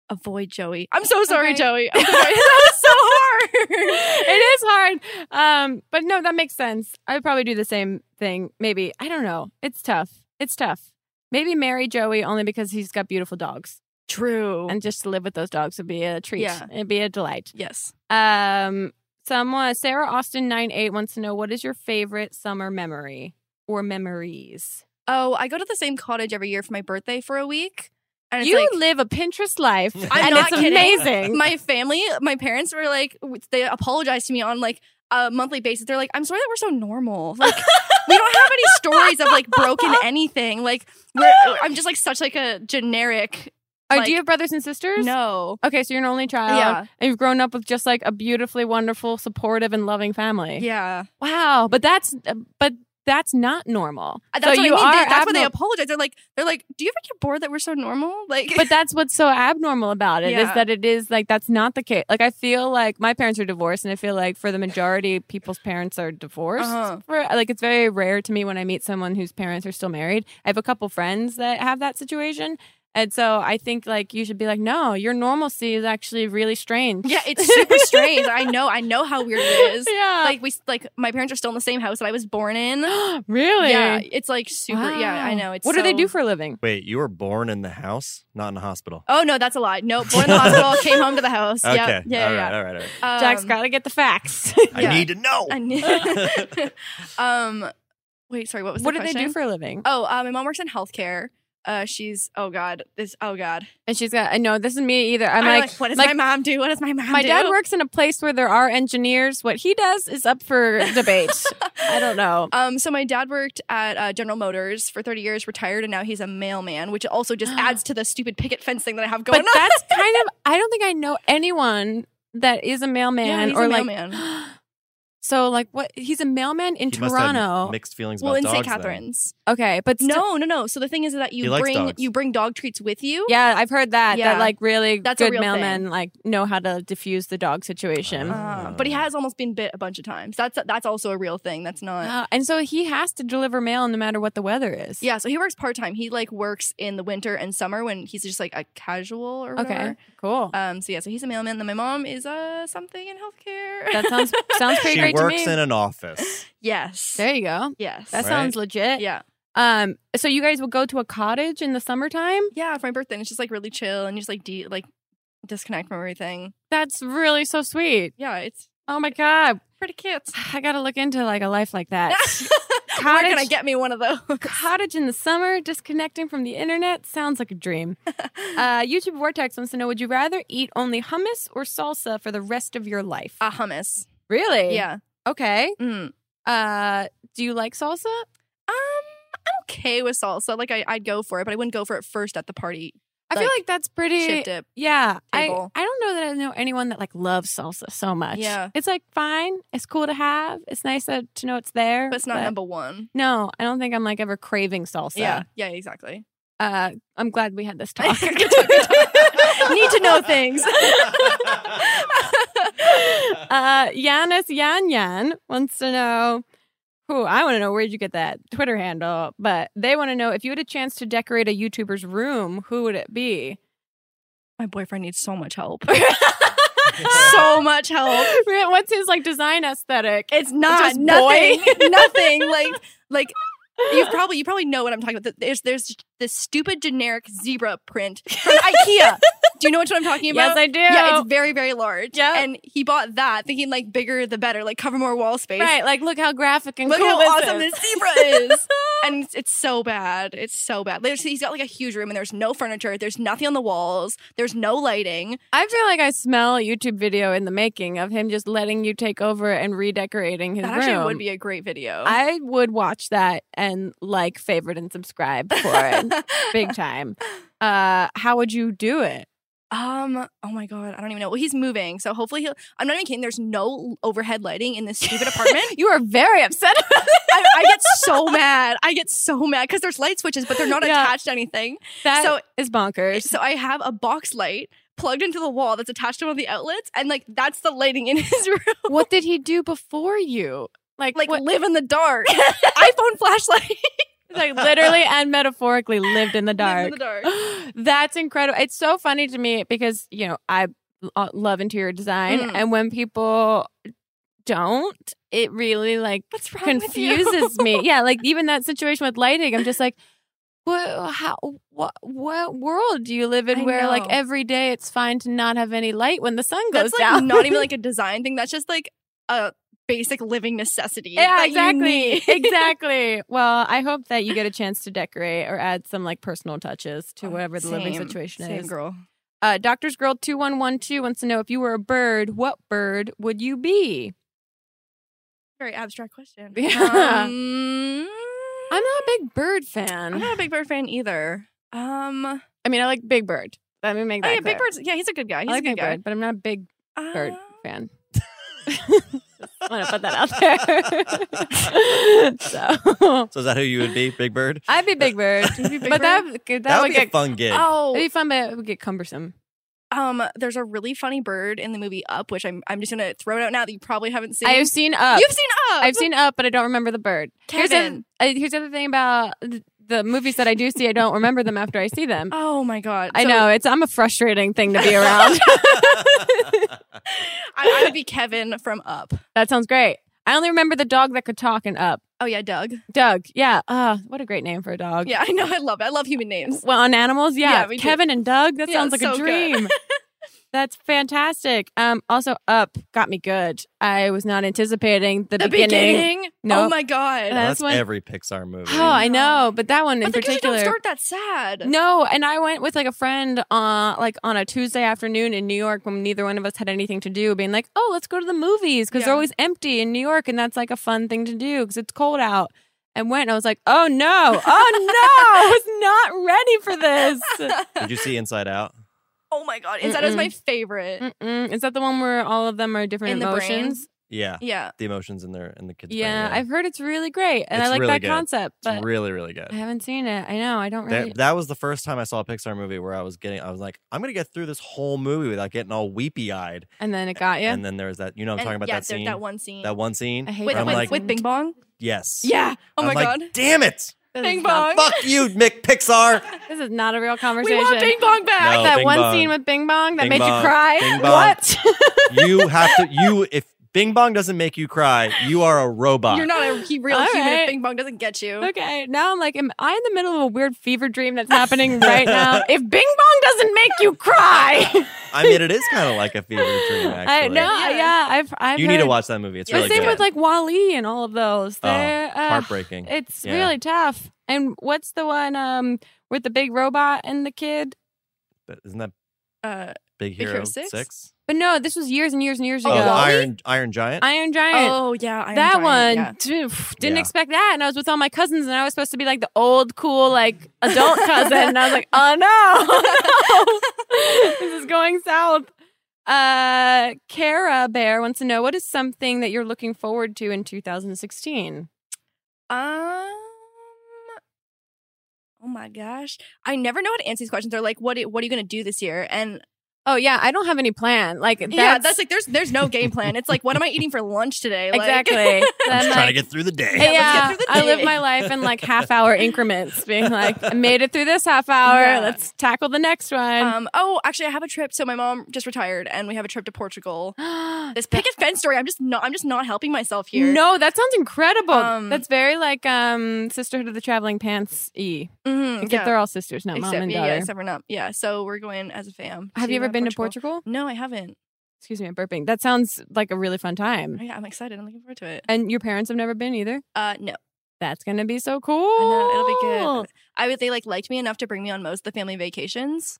Speaker 2: avoid Joey. I'm so sorry,
Speaker 1: Okay.
Speaker 2: Joey. I'm sorry. that was so
Speaker 1: it
Speaker 2: hard.
Speaker 1: is hard. Um, but no, that makes sense. I would probably do the same thing. Maybe. I don't know. It's tough. It's tough. Maybe marry Joey only because he's got beautiful dogs.
Speaker 2: True.
Speaker 1: and just to live with those dogs would be a treat.
Speaker 2: Yeah.
Speaker 1: It'd be a delight.
Speaker 2: yes.
Speaker 1: Um, someone Sarah Austin 98 wants to know what is your favorite summer memory or memories?
Speaker 2: Oh, I go to the same cottage every year for my birthday for a week, and it's
Speaker 1: You
Speaker 2: like.
Speaker 1: live a Pinterest life,
Speaker 3: I'm
Speaker 1: and
Speaker 2: not
Speaker 1: it's
Speaker 2: kidding.
Speaker 1: amazing.
Speaker 2: my family, my parents were like, w- they apologized to me on like a monthly basis. They're like, I'm sorry that we're so normal. Like, we don't have any stories of like broken anything. Like, we're, I'm just like such like a generic.
Speaker 1: Oh,
Speaker 2: like-
Speaker 1: do you have brothers and sisters?
Speaker 2: No.
Speaker 1: Okay, so you're an only child.
Speaker 2: Yeah.
Speaker 1: And you've grown up with just like a beautifully wonderful, supportive, and loving family.
Speaker 2: Yeah.
Speaker 1: Wow. But that's uh, but that's not normal.
Speaker 2: Uh, That's
Speaker 1: so
Speaker 2: what
Speaker 1: you
Speaker 2: I mean. They-
Speaker 1: are
Speaker 2: that's why they
Speaker 1: abnormal-
Speaker 2: apologize. They're like, they're like, do you ever get bored that we're so normal? Like,
Speaker 1: but that's what's so abnormal about it is
Speaker 2: Yeah.
Speaker 1: that it is like that's not the case. Like I feel like my parents are divorced, and I feel like for the majority, people's parents are divorced.
Speaker 2: Uh-huh.
Speaker 1: For- like it's very rare to me when I meet someone whose parents are still married. I have a couple friends that have that situation, And so I think like you should be like, no, your normalcy is actually really strange.
Speaker 2: Yeah, it's super strange. I know. I know how weird it is.
Speaker 1: Yeah.
Speaker 2: Like we s- like my parents are still in the same house that I was born in.
Speaker 1: really?
Speaker 2: Yeah, it's like super. Yeah, I
Speaker 1: Wow.
Speaker 2: know. It's
Speaker 1: what do they
Speaker 2: so-
Speaker 1: do for a living?
Speaker 3: Wait, you were born in the house, not in the hospital.
Speaker 2: Oh no, that's a lie. Nope, born in the hospital, came home to the house.
Speaker 3: Okay.
Speaker 2: Yeah, yeah,
Speaker 3: all right,
Speaker 2: yeah.
Speaker 3: all right, all right.
Speaker 2: Um,
Speaker 1: Jack's got to get the facts.
Speaker 4: I
Speaker 2: Yeah.
Speaker 4: need to know.
Speaker 2: I knew- um, wait, sorry. What was the
Speaker 1: what do they
Speaker 2: question?
Speaker 1: do for a living?
Speaker 2: Oh, uh, my mom works in healthcare. Uh, she's oh god, this oh god.
Speaker 1: And she's got, uh, no, this is me either. I'm
Speaker 2: I'm
Speaker 1: like,
Speaker 2: what does
Speaker 1: like-
Speaker 2: my mom do? What does my mom
Speaker 1: my
Speaker 2: do?
Speaker 1: dad works in a place where there are engineers. What he does is up for debate. I don't know.
Speaker 2: Um, so my dad worked at uh, General Motors for 30 years, retired, and now he's a mailman, which also just adds to the stupid picket fence thing that I have going
Speaker 1: But
Speaker 2: on.
Speaker 1: that's kind of, I don't think I know anyone that is a
Speaker 2: yeah,
Speaker 1: mailman
Speaker 2: he's
Speaker 1: or
Speaker 2: a
Speaker 1: like,
Speaker 2: mailman.
Speaker 1: so like what? He's a mailman in
Speaker 3: He must have
Speaker 1: Toronto.
Speaker 3: mixed feelings
Speaker 2: Well,
Speaker 3: about
Speaker 2: in St.
Speaker 3: dogs. then.
Speaker 2: Catherine's.
Speaker 1: okay, but still,
Speaker 2: No, no, no. So the thing is that
Speaker 3: He
Speaker 2: you
Speaker 3: likes
Speaker 2: bring
Speaker 3: dogs.
Speaker 2: you bring dog treats with you.
Speaker 1: Yeah, I've heard that. That
Speaker 2: Yeah.
Speaker 1: like really
Speaker 2: That's a
Speaker 1: good
Speaker 2: real
Speaker 1: mailmen like know how to diffuse the dog situation.
Speaker 3: Ah.
Speaker 2: Uh, but
Speaker 1: Oh.
Speaker 2: he has almost been bit a bunch of times. That's that's also a real thing. That's not.
Speaker 1: Wow. Uh, and so he has to deliver mail no matter what the weather is.
Speaker 2: Yeah, so he works part time. He like works in the winter and summer when he's just like a casual or whatever.
Speaker 1: Okay. Cool.
Speaker 2: Um. So yeah, so he's a mailman. Then my mom is uh something in healthcare.
Speaker 1: that sounds sounds pretty
Speaker 3: She
Speaker 1: great to
Speaker 3: works
Speaker 1: me.
Speaker 3: in an office.
Speaker 2: yes.
Speaker 1: there you go.
Speaker 2: yes.
Speaker 1: That
Speaker 3: Right.
Speaker 1: sounds legit.
Speaker 2: yeah.
Speaker 1: Um. So you guys will go to a cottage in the summertime.
Speaker 2: Yeah. For my birthday, and it's just like really chill and you just like de- like disconnect from everything.
Speaker 1: That's really so sweet.
Speaker 2: Yeah, it's
Speaker 1: Oh my god.
Speaker 2: pretty cute.
Speaker 1: I gotta look into like a life like that.
Speaker 2: Where
Speaker 1: cottage.
Speaker 2: can I get me one of those?
Speaker 1: Cottage in the summer, disconnecting from the internet sounds like a dream. Uh, YouTube Vortex wants to know: Would you rather eat only hummus or salsa for the rest of your life?
Speaker 2: A hummus.
Speaker 1: really?
Speaker 2: Uh, Yeah.
Speaker 1: Okay.
Speaker 2: Mm.
Speaker 1: Uh, do you like salsa?
Speaker 2: Um, I'm okay with salsa. Like I, I'd go for it, but I wouldn't go for it first at the party.
Speaker 1: I feel
Speaker 2: Like,
Speaker 1: like that's pretty.
Speaker 2: Chip dip.
Speaker 1: Yeah, I
Speaker 2: Table.
Speaker 1: I don't know that I know anyone that like loves salsa so much.
Speaker 2: Yeah.
Speaker 1: it's like fine. It's cool to have. It's nice to, to know it's there.
Speaker 2: But it's not number one.
Speaker 1: No, I don't think I'm like ever craving salsa.
Speaker 2: Yeah. Yeah. Exactly.
Speaker 1: Uh, I'm glad we had this talk.
Speaker 2: Good talk, good talk. Need to know things.
Speaker 1: uh, Yanis Yan Yan wants to know. Who I want to know where'd you get that Twitter handle? But they want to know if you had a chance to decorate a YouTuber's room, who would it be?
Speaker 2: My boyfriend needs so much help. so much help.
Speaker 1: What's his like design aesthetic?
Speaker 2: It's not
Speaker 1: Just boy.
Speaker 2: nothing. nothing. Like like you probably you probably know what I'm talking about. There's there's this stupid generic zebra print from IKEA. Do you know which one I'm talking
Speaker 1: yes,
Speaker 2: about?
Speaker 1: I do.
Speaker 2: yeah, it's very very large.
Speaker 1: Yep.
Speaker 2: and he bought that thinking like bigger the better, like cover more wall space.
Speaker 1: Oh, right. Like, look how graphic and
Speaker 2: Look
Speaker 1: cool
Speaker 2: how
Speaker 1: this
Speaker 2: awesome
Speaker 1: is.
Speaker 2: this zebra is. And it's, it's so bad. It's so bad. There's, he's got like a huge room and there's no furniture. There's nothing on the walls. There's no lighting.
Speaker 1: I feel like I smell a YouTube video in the making of him just letting you take over and redecorating his
Speaker 2: that
Speaker 1: room.
Speaker 2: actually would be a great video.
Speaker 1: I would watch that and like, favorite, and subscribe for it big time. Uh, how would you do it?
Speaker 2: Um. Oh my god, I don't even know. Well, he's moving, so hopefully he'll. I'm not even kidding. There's no overhead lighting in this stupid apartment.
Speaker 1: You are very upset. About
Speaker 2: I, I get so mad. I get so mad because there's light switches, but they're not
Speaker 1: Yeah.
Speaker 2: attached to anything.
Speaker 1: that
Speaker 2: So-
Speaker 1: is bonkers.
Speaker 2: So I have a box light plugged into the wall that's attached to one of the outlets, and like that's the lighting in his room.
Speaker 1: what did he do before you? Like,
Speaker 2: Like
Speaker 1: what,
Speaker 2: live in the dark. iPhone flashlight.
Speaker 1: like literally and metaphorically lived in the
Speaker 2: Live in the dark.
Speaker 1: dark. That's incredible. It's so funny to me because, you know, I lo- love interior design.
Speaker 2: Mm.
Speaker 1: And when people don't, it really like
Speaker 2: What's wrong with you?
Speaker 1: confuses me. Yeah. Like even that situation with lighting, I'm just like, what, how, what, what world do you live in
Speaker 2: I
Speaker 1: where like
Speaker 2: know.
Speaker 1: every day it's fine to not have any light when the sun goes
Speaker 2: That's like
Speaker 1: down?
Speaker 2: not even like a design thing. That's just like a basic living necessity.
Speaker 1: yeah,
Speaker 2: that you
Speaker 1: exactly.
Speaker 2: need.
Speaker 1: exactly. Well, I hope that you get a chance to decorate or add some like personal touches to
Speaker 2: Oh,
Speaker 1: whatever the living
Speaker 2: same,
Speaker 1: situation
Speaker 2: Same
Speaker 1: is.
Speaker 2: girl.
Speaker 1: Uh, Doctor's Girl 2112 wants to know if you were a bird, what bird would you be?
Speaker 2: Very abstract question.
Speaker 1: Yeah.
Speaker 2: Um,
Speaker 1: I'm not a big bird
Speaker 2: I'm
Speaker 1: fan.
Speaker 2: not a Big Bird fan either. Um, oh
Speaker 1: I mean, I like Big Bird. Let me make that
Speaker 2: yeah,
Speaker 1: clear.
Speaker 2: Big Bird's yeah, he's a good guy. He's
Speaker 1: I like
Speaker 2: a good
Speaker 1: Big
Speaker 2: guy.
Speaker 1: Bird, but I'm not a big Bird
Speaker 2: Uh,
Speaker 1: fan. I want to put that out there. so
Speaker 3: So is that who you would be, Big Bird?
Speaker 1: I'd be Big Bird,
Speaker 2: You'd be Big
Speaker 1: but that that,
Speaker 3: That would
Speaker 1: would
Speaker 3: be a
Speaker 1: get
Speaker 3: fun gig.
Speaker 1: it'd
Speaker 2: oh,
Speaker 1: be fun, but it would get cumbersome.
Speaker 2: um, there's a really funny bird in the movie Up, which I'm I'm just gonna throw it out now that you probably haven't seen.
Speaker 1: I have seen Up.
Speaker 2: You've seen Up.
Speaker 1: I've seen Up, but I don't remember the bird. Here's, a,
Speaker 2: Kevin.
Speaker 1: uh, here's the other thing about the movies that I do see, I don't remember them after I see them.
Speaker 2: Oh my god!
Speaker 1: I
Speaker 2: So
Speaker 1: know it's I'm a frustrating thing to be around.
Speaker 2: I, I would be Kevin from Up.
Speaker 1: that sounds great. I only remember the dog that could talk and up.
Speaker 2: Oh yeah, Doug.
Speaker 1: Doug. Yeah. Uh, what a great name for a dog.
Speaker 2: Yeah, I know. I love. It. I love human names.
Speaker 1: Well, on animals, yeah.
Speaker 2: Yeah, we do.
Speaker 1: Kevin and Doug. That
Speaker 2: Yeah,
Speaker 1: sounds like a
Speaker 2: so good.
Speaker 1: dream. That's fantastic. Um, also, Up got me good. I was not anticipating the,
Speaker 2: The beginning.
Speaker 1: No.
Speaker 2: Oh my god.
Speaker 1: Uh,
Speaker 3: that's
Speaker 1: one-
Speaker 3: every Pixar movie.
Speaker 1: Oh, I know, but that one in
Speaker 2: but the kids
Speaker 1: particular.
Speaker 2: don't start that sad.
Speaker 1: No, and I went with like a friend uh like on a Tuesday afternoon in New York when neither one of us had anything to do, being like, "Oh, let's go to the movies" because they're
Speaker 2: Yeah.
Speaker 1: always empty in New York, and that's like a fun thing to do because it's cold out. And went, and I was like, "Oh no, oh no, I was not ready for this."
Speaker 3: Did you see Inside Out?
Speaker 2: Oh my god. Inside Out is my favorite.
Speaker 1: Mm-mm. Is that the one where all of them are different
Speaker 2: In the brain?
Speaker 1: emotions?
Speaker 3: Yeah,
Speaker 2: Yeah.
Speaker 3: the emotions in their in the kids. brain,
Speaker 1: Yeah, I've heard it's really great, and
Speaker 3: It's
Speaker 1: I like
Speaker 3: really
Speaker 1: that
Speaker 3: good.
Speaker 1: concept,
Speaker 3: It's
Speaker 1: but
Speaker 3: really really
Speaker 1: I
Speaker 3: good.
Speaker 1: haven't seen it. I know I don't really.
Speaker 3: That, that was the first time I saw a Pixar movie where I was getting. I was like, I'm gonna get through this whole movie without getting all weepy eyed.
Speaker 1: and then it got you.
Speaker 3: And then there's that. You know, I'm
Speaker 2: And
Speaker 3: talking about
Speaker 2: yeah,
Speaker 3: that
Speaker 2: there-
Speaker 3: scene.
Speaker 2: That one scene.
Speaker 3: That one scene.
Speaker 1: I hate
Speaker 2: with,
Speaker 1: that
Speaker 3: I'm
Speaker 2: with,
Speaker 1: one
Speaker 3: like,
Speaker 1: scene.
Speaker 2: with Bing Bong.
Speaker 3: yes.
Speaker 2: Yeah. Oh
Speaker 3: I'm
Speaker 2: my
Speaker 3: like,
Speaker 2: god.
Speaker 3: Damn it!
Speaker 1: This
Speaker 2: Bing
Speaker 1: is not-
Speaker 2: Bong.
Speaker 3: Fuck you, Mick Pixar.
Speaker 1: This is not a real
Speaker 2: We
Speaker 1: conversation.
Speaker 2: want Bing Bong back.
Speaker 3: No,
Speaker 1: that
Speaker 3: Bing
Speaker 1: one
Speaker 3: Bong.
Speaker 1: scene with Bing Bong that
Speaker 3: Bing
Speaker 1: made
Speaker 3: Bong.
Speaker 1: you cry.
Speaker 3: Bing Bong.
Speaker 1: What?
Speaker 3: you have to. You if Bing Bong doesn't make you cry, you are a robot.
Speaker 2: You're not a he- real
Speaker 1: All
Speaker 2: human
Speaker 1: right.
Speaker 2: if Bing Bong doesn't get you.
Speaker 1: okay, now I'm like, am I in the middle of a weird fever dream that's happening right now? If Bing Bong doesn't make you cry,
Speaker 3: I mean, it is kind of like a fever dream. Actually,
Speaker 1: I know. Yeah,
Speaker 2: Yeah.
Speaker 1: I've, I've.
Speaker 3: you need to
Speaker 1: heard-
Speaker 3: watch that movie. It's
Speaker 1: The
Speaker 3: really
Speaker 1: same
Speaker 3: good.
Speaker 1: with like Wally and all of those.
Speaker 3: Oh,
Speaker 1: They're, uh,
Speaker 3: heartbreaking.
Speaker 1: It's
Speaker 3: Yeah.
Speaker 1: really tough. And what's the one um with the big robot and the kid?
Speaker 3: But isn't that
Speaker 2: Uh,
Speaker 3: Big Hero,
Speaker 2: Hero
Speaker 3: Six?
Speaker 2: Six?
Speaker 1: But no, this was years and years and years
Speaker 3: Oh,
Speaker 1: ago.
Speaker 3: Iron Iron Giant.
Speaker 1: Iron Giant.
Speaker 2: oh yeah, Iron
Speaker 1: that
Speaker 2: Giant,
Speaker 1: one
Speaker 2: yeah.
Speaker 1: dude, pff, didn't
Speaker 3: Yeah.
Speaker 1: expect that and i was with all my cousins and i was supposed to be like the old cool like adult cousin and i was like oh no, this is going south uh kara bear wants to know what is something that you're looking forward to in 2016
Speaker 2: Um. Oh my gosh, I never know how to answer these questions. They're like, what? What are you gonna do this year? And
Speaker 1: oh yeah i don't have any plan like that's,
Speaker 2: yeah, that's like there's there's no game plan. It's like, what am I eating for lunch today? Like,
Speaker 1: exactly Then,
Speaker 3: I'm just trying to
Speaker 1: like,
Speaker 3: get through the day.
Speaker 1: Yeah,
Speaker 2: Yeah, let's get through the
Speaker 1: I live
Speaker 2: day.
Speaker 1: my life in like half hour increments, being like, I made it through this half hour.
Speaker 2: Yeah.
Speaker 1: Let's tackle the next one.
Speaker 2: um. Oh, actually, I have a trip. So my mom just retired, and we have a trip to Portugal. This picket fence story. I'm just not. I'm just not helping myself here.
Speaker 1: No, that sounds incredible.
Speaker 2: Um,
Speaker 1: That's very like um Sisterhood of the Traveling Pants e.
Speaker 2: Mhm,
Speaker 1: Except
Speaker 2: yeah.
Speaker 1: they're all sisters, not
Speaker 2: except,
Speaker 1: mom and
Speaker 2: yeah,
Speaker 1: daughter.
Speaker 2: yeah, except we're not. Yeah. So we're going as a fam. uh,
Speaker 1: Have you ever been to Portugal?
Speaker 2: No, I haven't. Oh,
Speaker 1: Excuse me, I'm burping. That sounds like a really fun time.
Speaker 2: Yeah, I'm excited. I'm looking forward to it.
Speaker 1: And your parents have never been either.
Speaker 2: Uh, no.
Speaker 1: That's gonna be so cool.
Speaker 2: I know, it'll be good. I would they like liked me enough to bring me on most of the family vacations.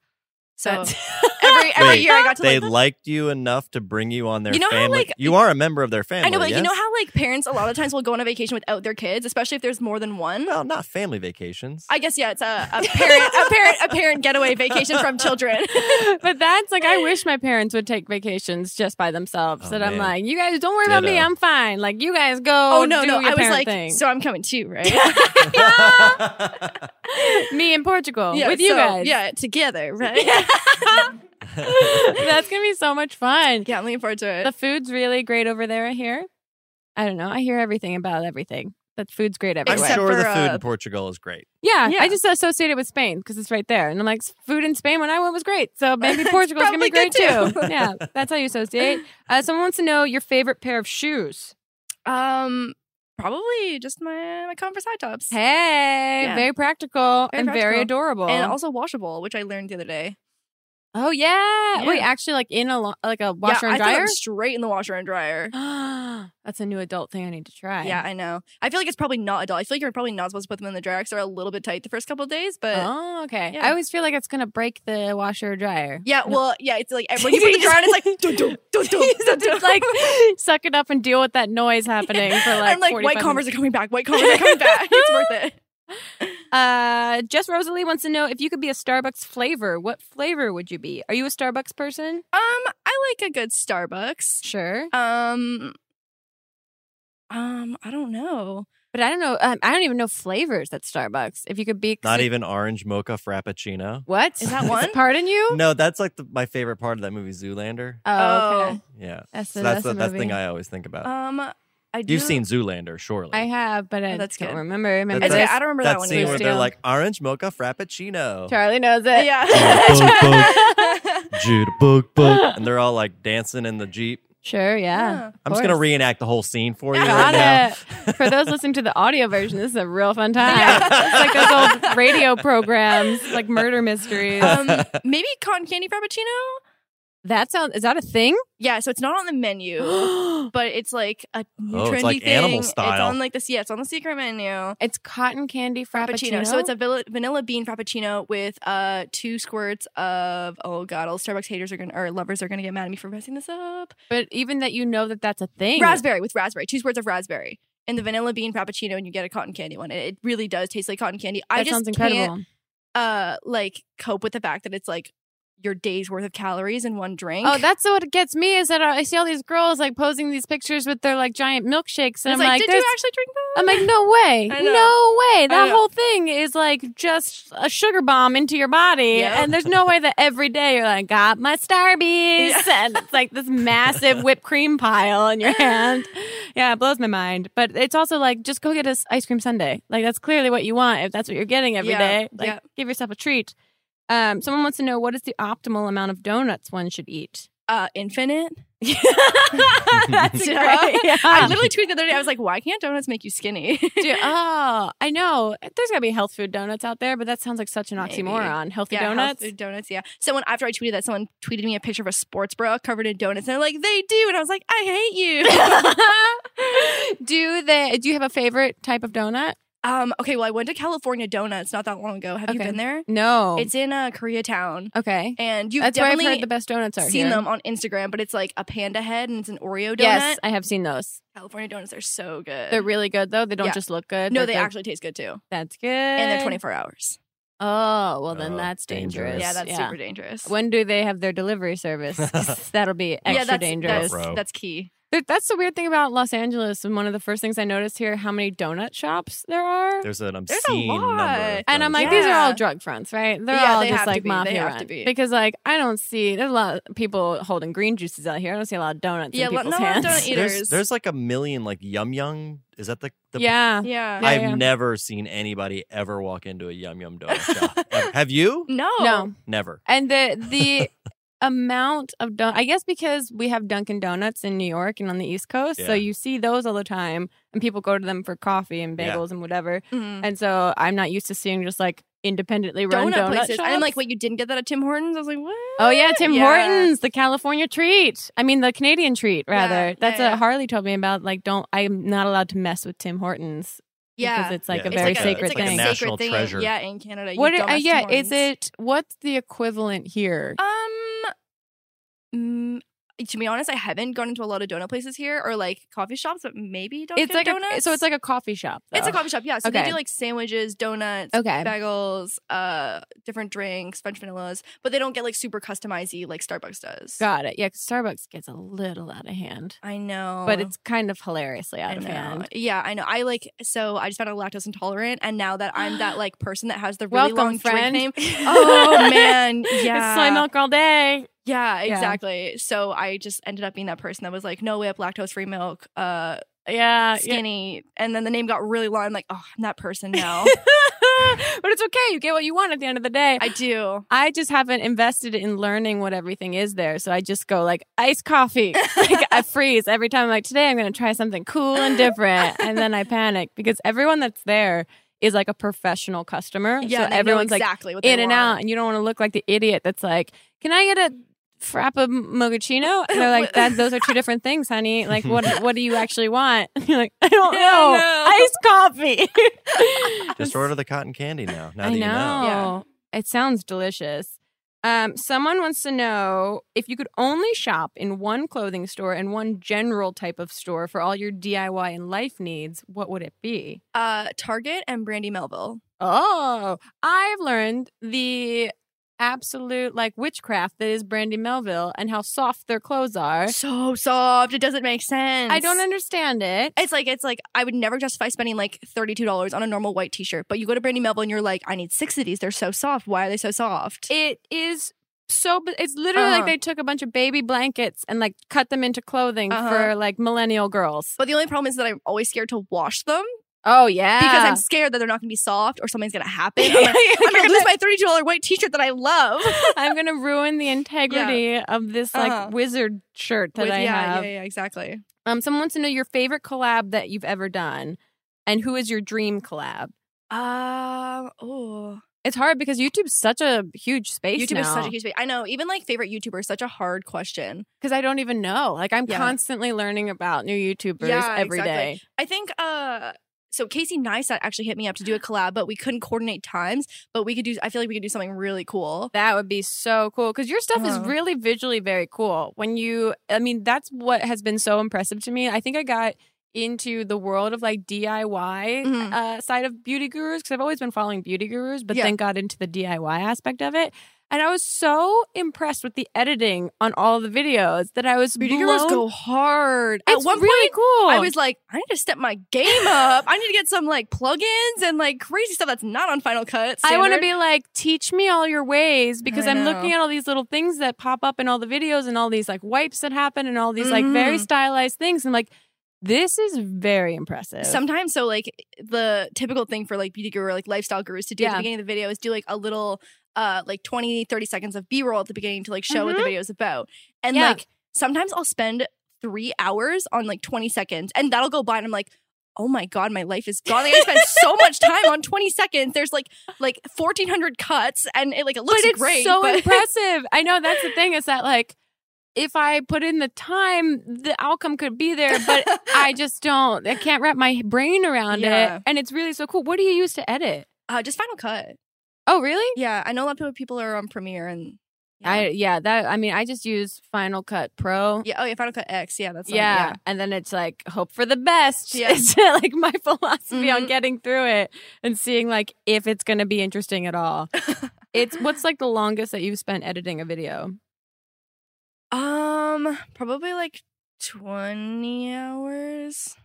Speaker 2: So
Speaker 1: That's-
Speaker 2: every every
Speaker 3: Wait,
Speaker 2: year I got to
Speaker 3: they
Speaker 2: like
Speaker 3: liked you enough to bring you on their
Speaker 2: You know how,
Speaker 3: family.
Speaker 2: like-
Speaker 3: you are a member of their family.
Speaker 2: I know, but like,
Speaker 3: yes?
Speaker 2: you know how like parents a lot of times will go on a vacation without their kids, especially if there's more than one.
Speaker 3: Well, not family vacations.
Speaker 2: I guess yeah, it's a, a parent a parent a parent getaway vacation from children.
Speaker 1: but that's like I wish my parents would take vacations just by themselves.
Speaker 3: Oh,
Speaker 1: that I'm
Speaker 3: man.
Speaker 1: like, you guys don't worry about me,
Speaker 3: Ditto.
Speaker 1: I'm fine. Like you guys go.
Speaker 2: oh no,
Speaker 1: do
Speaker 2: no,
Speaker 1: your
Speaker 2: I was
Speaker 1: parent
Speaker 2: like,
Speaker 1: thing.
Speaker 2: so I'm coming too, right?
Speaker 1: me in Portugal
Speaker 2: Yeah,
Speaker 1: with you
Speaker 2: so-
Speaker 1: guys.
Speaker 2: yeah, together, right?
Speaker 1: that's gonna be so much fun.
Speaker 2: yeah, I'm looking forward to it.
Speaker 1: The food's really great over there, I hear. I don't know. I hear everything about everything. That food's great
Speaker 3: I'm
Speaker 1: everywhere.
Speaker 2: Except
Speaker 3: sure the
Speaker 2: for,
Speaker 3: food
Speaker 2: uh,
Speaker 3: in Portugal is great.
Speaker 1: yeah,
Speaker 2: Yeah.
Speaker 1: I just associate it with Spain because it's right there. And I'm like, food in Spain when I went was great. So maybe
Speaker 2: It's
Speaker 1: Portugal's going to be
Speaker 2: probably
Speaker 1: great too.
Speaker 2: good, too.
Speaker 1: yeah, that's how you associate. Uh, someone wants to know your favorite pair of shoes.
Speaker 2: um, probably just my my Converse high tops.
Speaker 1: Hey,
Speaker 2: Yeah.
Speaker 1: very practical
Speaker 2: Very
Speaker 1: and very
Speaker 2: practical.
Speaker 1: adorable.
Speaker 2: And also washable, which I learned the other day.
Speaker 1: oh, yeah.
Speaker 2: Yeah.
Speaker 1: Wait, actually, like in a lo- like a washer
Speaker 2: yeah,
Speaker 1: and
Speaker 2: I threw them
Speaker 1: dryer?
Speaker 2: straight in the washer and dryer.
Speaker 1: that's a new adult thing I need to try.
Speaker 2: Yeah, I know. I feel like it's probably not adult. I feel like you're probably not supposed to put them in the dryer because they're a little bit tight the first couple of days. But
Speaker 1: Oh, okay.
Speaker 2: Yeah.
Speaker 1: I always feel like it's going to break the washer or dryer.
Speaker 2: yeah, well, yeah, it's like when you put the dryer on, it's like dun, dun, dun, dun, dun, dun.
Speaker 1: Just like suck it up and deal with that noise happening for like.
Speaker 2: I'm like
Speaker 1: 45
Speaker 2: white Converse are coming back. White Converse are coming back. It's worth it.
Speaker 1: minutes. Uh, Jess Rosalie wants to know if you could be a Starbucks flavor. What flavor would you be? Are you a Starbucks person?
Speaker 2: Um, I like a good Starbucks.
Speaker 1: Sure,
Speaker 2: Um, um, I don't know.
Speaker 1: but I don't know. Um, I don't even know flavors at Starbucks. If you could be 'cause
Speaker 3: Not
Speaker 1: it-
Speaker 3: even orange mocha frappuccino.
Speaker 1: what
Speaker 2: Is that one?
Speaker 1: Pardon you.
Speaker 3: No, that's like the, my favorite part of that movie, Zoolander.
Speaker 1: Oh, okay.
Speaker 2: Oh.
Speaker 3: Yeah,
Speaker 1: that's the,
Speaker 3: so that's
Speaker 1: that's
Speaker 3: the,
Speaker 1: the
Speaker 3: that's the
Speaker 1: movie.
Speaker 3: thing I always think about.
Speaker 2: Um, I do.
Speaker 3: You've seen Zoolander, surely.
Speaker 1: I have, but I
Speaker 2: Oh, that's
Speaker 1: don't
Speaker 2: good.
Speaker 1: remember. Maybe
Speaker 2: It's
Speaker 3: That's
Speaker 2: okay,
Speaker 1: this-
Speaker 2: I don't remember that,
Speaker 3: that
Speaker 2: one.
Speaker 3: scene
Speaker 2: either.
Speaker 3: where
Speaker 1: was
Speaker 3: they're
Speaker 1: doing.
Speaker 3: like orange mocha frappuccino.
Speaker 1: Charlie knows it.
Speaker 2: yeah.
Speaker 3: Jude, book, book. And they're all like dancing in the Jeep.
Speaker 1: Sure, yeah.
Speaker 2: Yeah.
Speaker 1: of
Speaker 3: I'm just going to
Speaker 1: course.
Speaker 3: reenact the whole scene for you right
Speaker 1: Got
Speaker 3: now.
Speaker 1: it. For those listening to the audio version, this is a real fun time. It's like those old radio programs, like murder mysteries.
Speaker 2: um, maybe cotton candy frappuccino.
Speaker 1: that sounds is that a thing?
Speaker 2: Yeah, so it's not on the menu,
Speaker 1: it's
Speaker 2: but it's like a new
Speaker 3: Oh,
Speaker 2: trendy
Speaker 3: it's like
Speaker 2: thing.
Speaker 3: animal
Speaker 2: It's
Speaker 3: style.
Speaker 2: on like this. Yeah, it's on the secret menu.
Speaker 1: cotton candy frappuccino.
Speaker 2: Frappuccino. So it's a vil- vanilla bean frappuccino with uh two squirts of oh god, all Starbucks haters are gonna or lovers are gonna get mad at me for messing this up.
Speaker 1: but even that you know that that's a thing.
Speaker 2: Raspberry with raspberry, two squirts of raspberry, and the vanilla bean frappuccino, and you get a cotton candy one. And it really does taste like cotton candy.
Speaker 1: That
Speaker 2: I just
Speaker 1: sounds
Speaker 2: can't
Speaker 1: incredible.
Speaker 2: uh like cope with the fact that it's like your day's worth of calories in one drink.
Speaker 1: Oh, that's what gets me is that I see all these girls like posing these pictures with their like giant milkshakes, and
Speaker 2: And it's
Speaker 1: I'm like,
Speaker 2: did
Speaker 1: "There's
Speaker 2: you actually drink that?
Speaker 1: I'm like, no way,
Speaker 2: I know.
Speaker 1: no way. That
Speaker 2: know.
Speaker 1: whole thing is like just a sugar bomb into your body,
Speaker 2: Yep.
Speaker 1: and there's no way that every day you're like, got my Starbies, and it's like this massive whipped cream pile in your hand. Yeah, it blows my mind. But it's also like, just go get us ice cream sundae. Like that's clearly what you want if that's what you're getting every day.
Speaker 2: Yeah,
Speaker 1: Like,
Speaker 2: yeah.
Speaker 1: give yourself a treat. Um, someone wants to know what is the optimal amount of donuts one should eat.
Speaker 2: uh infinite.
Speaker 1: that's
Speaker 2: Did I?
Speaker 1: right. Yeah.
Speaker 2: I literally tweeted the other day. I was like, "Why can't donuts make you skinny?"
Speaker 1: Dude, oh, I know. There's gotta be health food donuts out there, but that sounds like such an
Speaker 2: Maybe.
Speaker 1: oxymoron. Healthy
Speaker 2: yeah, health
Speaker 1: donuts.
Speaker 2: food donuts. Yeah. Someone after I tweeted that, someone tweeted me a picture of a sports bra covered in donuts, and they're like, "They do," and I was like, "I hate you."
Speaker 1: do they? Do you have a favorite type of donut?
Speaker 2: um. Okay. Well, I went to California Donuts not that long ago. Have you
Speaker 1: Okay. Oh.
Speaker 2: been there?
Speaker 1: No.
Speaker 2: It's in uh, Koreatown,
Speaker 1: okay.
Speaker 2: and you've
Speaker 1: That's where I've
Speaker 2: definitely
Speaker 1: heard the best donuts are.
Speaker 2: seen
Speaker 1: here.
Speaker 2: them on Instagram. But it's like a panda head, and it's an Oreo donut.
Speaker 1: Yes, I have seen those.
Speaker 2: California donuts are so good.
Speaker 1: They're really good though. They don't
Speaker 2: Yeah.
Speaker 1: just look good.
Speaker 2: no,
Speaker 1: but
Speaker 2: they
Speaker 1: they're-
Speaker 2: actually taste good too,
Speaker 1: That's good.
Speaker 2: and they're 24 hours.
Speaker 1: Oh well, then
Speaker 3: Oh,
Speaker 1: that's dangerous.
Speaker 2: Yeah,
Speaker 3: dangerous.
Speaker 2: that's super dangerous.
Speaker 1: When do they have their delivery service? 'Cause That'll be extra
Speaker 2: yeah, that's,
Speaker 1: dangerous.
Speaker 3: Bro.
Speaker 2: That's, that's key.
Speaker 1: Th- That's the weird thing about Los Angeles, and one of the first things I noticed here, how many donut shops there are.
Speaker 3: There's an
Speaker 2: a
Speaker 3: obscene number.
Speaker 2: lot.
Speaker 3: of
Speaker 1: and I'm
Speaker 3: those.
Speaker 1: like, these are all
Speaker 2: Yeah.
Speaker 1: drug fronts, right? They're
Speaker 2: Yeah,
Speaker 1: all
Speaker 2: they
Speaker 1: just
Speaker 2: have to
Speaker 1: like
Speaker 2: be. They
Speaker 1: mafia
Speaker 2: have to
Speaker 1: run.
Speaker 2: be.
Speaker 1: because like I don't see there's a lot of people holding green juices out here. I don't see a lot of donuts
Speaker 2: Yeah,
Speaker 1: in
Speaker 2: lo-
Speaker 1: people's
Speaker 2: no, I
Speaker 1: hands.
Speaker 2: don't eat-
Speaker 3: there's,
Speaker 2: eaters.
Speaker 3: there's like a million like yum yum. Is that the, the
Speaker 1: yeah,
Speaker 2: Yeah.
Speaker 1: Yeah,
Speaker 3: I've
Speaker 1: yeah.
Speaker 3: never seen anybody ever walk into a yum yum donut shop. Ever. Have you?
Speaker 2: no.
Speaker 1: no,
Speaker 3: Never.
Speaker 1: and the the amount of don I guess because we have Dunkin' Donuts in New York and on the East Coast, so
Speaker 3: Yeah.
Speaker 1: you see those all the time, and people go to them for coffee and
Speaker 3: Yeah.
Speaker 1: bagels and whatever.
Speaker 2: Mhm.
Speaker 1: And so I'm not used to seeing just like independently run
Speaker 2: donut,
Speaker 1: donut,
Speaker 2: places.
Speaker 1: shops.
Speaker 2: I'm like, wait, you didn't get that at Tim Hortons? I was like, what?
Speaker 1: Oh yeah, Tim
Speaker 2: Yeah.
Speaker 1: Hortons, the California treat. I mean, the Canadian treat, rather.
Speaker 2: Yeah, yeah,
Speaker 1: That's what
Speaker 2: yeah.
Speaker 1: Harley told me about. Like, don't I'm not allowed to mess with Tim Hortons because it's like a
Speaker 3: Yeah, it's
Speaker 1: very
Speaker 3: like a-
Speaker 1: sacred
Speaker 2: it's like
Speaker 1: thing.
Speaker 2: A
Speaker 3: National
Speaker 2: sacred thing.
Speaker 3: treasure.
Speaker 2: Yeah, in Canada.
Speaker 1: what?
Speaker 2: you
Speaker 1: It,
Speaker 2: don't
Speaker 1: uh,
Speaker 2: mess
Speaker 1: yeah,
Speaker 2: with
Speaker 1: is
Speaker 2: Hortons.
Speaker 1: it? What's the equivalent here?
Speaker 2: Um. mm, to be honest, I haven't gone into a lot of donut places here or like coffee shops, but maybe Dunkin'
Speaker 1: it's like
Speaker 2: Donuts.
Speaker 1: a, so. It's like a coffee shop.
Speaker 2: it's a
Speaker 1: though.
Speaker 2: coffee shop. Yeah, so
Speaker 1: Okay.
Speaker 2: they do like sandwiches, donuts,
Speaker 1: Okay.
Speaker 2: bagels, uh, different drinks, French vanillas, but they don't get like super customized like Starbucks does.
Speaker 1: Got it. Yeah, 'cause Starbucks gets a little out of hand,
Speaker 2: I know,
Speaker 1: but it's kind of hilariously out
Speaker 2: I
Speaker 1: of
Speaker 2: know.
Speaker 1: hand.
Speaker 2: Yeah, I know. I like so I just found out lactose intolerant, and now that I'm that like person that has the really
Speaker 1: Welcome,
Speaker 2: long
Speaker 1: friend.
Speaker 2: drink name. Oh man, yeah,
Speaker 1: It's soy milk all day.
Speaker 2: Yeah,
Speaker 1: Yeah.
Speaker 2: exactly. So I just ended up being that person that was like, no whip, lactose free milk, uh,
Speaker 1: Yeah, yeah.
Speaker 2: skinny, and then the name got really long. I'm like, oh, I'm that person now.
Speaker 1: but it's okay. You get what you want at the end of the day.
Speaker 2: I do.
Speaker 1: I just haven't invested in learning what everything is there. So I just go like iced coffee. like I freeze every time. I'm like, today I'm going to try something cool and different. And then I panic because everyone that's there is like a professional customer.
Speaker 2: Yeah,
Speaker 1: So everyone's like
Speaker 2: exactly what they
Speaker 1: in and out.
Speaker 2: want.
Speaker 1: And you don't want to look like the idiot that's like, can I get a frappa mochaccino? And they're like, that, those are two different things, honey. Like, what what do you actually want? you're like, I don't
Speaker 2: I
Speaker 1: know.
Speaker 2: don't
Speaker 1: Iced coffee.
Speaker 3: Just order the cotton candy now. Now
Speaker 1: I
Speaker 3: that
Speaker 1: know.
Speaker 3: you know.
Speaker 1: It sounds delicious. Um, someone wants to know if you could only shop in one clothing store and one general type of store for all your DIY and life needs, what would it be?
Speaker 2: Uh, Target and Brandy Melville.
Speaker 1: Oh, I've learned the absolute like witchcraft that is Brandy Melville and how soft their clothes are.
Speaker 2: So soft. It doesn't make sense.
Speaker 1: I don't understand it.
Speaker 2: It's like it's like I would never justify spending like thirty two dollars on a normal white t shirt, but you go to Brandy Melville and you're like, I need six of these. They're so soft. Why are they so soft?
Speaker 1: It is so bi- it's literally like
Speaker 2: Uh-huh.
Speaker 1: they took a bunch of baby blankets and like cut them into clothing
Speaker 2: Uh-huh.
Speaker 1: for like millennial girls.
Speaker 2: But the only problem is that I'm always scared to wash them
Speaker 1: Oh yeah.
Speaker 2: because I'm scared that they're not going to be soft or something's going to happen. I'm, like, I'm going to lose my $32 white t shirt that I love.
Speaker 1: I'm gonna ruin the integrity of this like
Speaker 2: Uh-huh.
Speaker 1: wizard shirt that
Speaker 2: With-
Speaker 1: I
Speaker 2: yeah,
Speaker 1: have.
Speaker 2: yeah, yeah, exactly.
Speaker 1: Um, someone wants to know your favorite collab that you've ever done, and who is your dream collab?
Speaker 2: Um, oh,
Speaker 1: It's hard because YouTube's such a huge space
Speaker 2: YouTube is such a huge space. I know, even like favorite YouTuber is such a hard question.
Speaker 1: because I don't even know. Like I'm
Speaker 2: Yeah.
Speaker 1: constantly learning about new YouTubers
Speaker 2: Yeah,
Speaker 1: every day.
Speaker 2: exactly. I think uh so Casey Neistat actually hit me up to do a collab, but we couldn't coordinate times. But we could do. I feel like we could do something really cool.
Speaker 1: That would be so cool because your stuff is
Speaker 2: Uh-huh.
Speaker 1: really visually very cool. When you, I mean, that's what has been so impressive to me. I think I got into the world of like DIY
Speaker 2: Mhm.
Speaker 1: uh, side of beauty gurus because I've always been following beauty gurus, but
Speaker 2: Yeah.
Speaker 1: then got into the DIY aspect of it. And I was so impressed with the editing on all the videos that I was
Speaker 2: Beauty
Speaker 1: blown.
Speaker 2: girls go hard. At
Speaker 1: It's
Speaker 2: one
Speaker 1: really
Speaker 2: point,
Speaker 1: cool.
Speaker 2: I was like, I need to step my game up. I need to get some like plugins and like crazy stuff that's not on Final Cut.
Speaker 1: I want to
Speaker 2: standard.
Speaker 1: be like, teach me all your ways because
Speaker 2: I
Speaker 1: I'm
Speaker 2: know.
Speaker 1: looking at all these little things that pop up in all the videos and all these like wipes that happen and all these like very
Speaker 2: Mhm.
Speaker 1: stylized things. And like, this is very impressive.
Speaker 2: Sometimes, so like the typical thing for like beauty guru, or, like lifestyle gurus to do at
Speaker 1: Yeah.
Speaker 2: the beginning of the video is do like a little, uh, like 20, 30 seconds of B roll at the beginning to like show what the video is about. And
Speaker 1: Mm-hmm. Yeah.
Speaker 2: like sometimes I'll spend three hours on like 20 seconds and that'll go by and I'm like, oh my God, my life is gone. Like I spent so much time on 20 seconds. There's like, like 1400 cuts and it like, it looks
Speaker 1: but it's
Speaker 2: great.
Speaker 1: so
Speaker 2: but
Speaker 1: impressive. I know that's the thing is that like, if I put in the time, the outcome could be there, but I just don't. I can't wrap my brain around
Speaker 2: Yeah.
Speaker 1: it. And it's really so cool. What do you use to edit?
Speaker 2: uh, just final cut.
Speaker 1: Oh, really?
Speaker 2: Yeah. I know a lot of people are on premiere and
Speaker 1: I yeah, that I mean, I just use Final Cut Pro.
Speaker 2: yeah. Oh yeah. Final cut X. Yeah. That's like-
Speaker 1: yeah. And then it's like hope for the best.
Speaker 2: Yeah.
Speaker 1: It's like my philosophy on
Speaker 2: Mhm.
Speaker 1: getting through it and seeing like if it's gonna be interesting at all. It's what's like the longest that you've spent editing a video?
Speaker 2: Um, probably like 20 hours.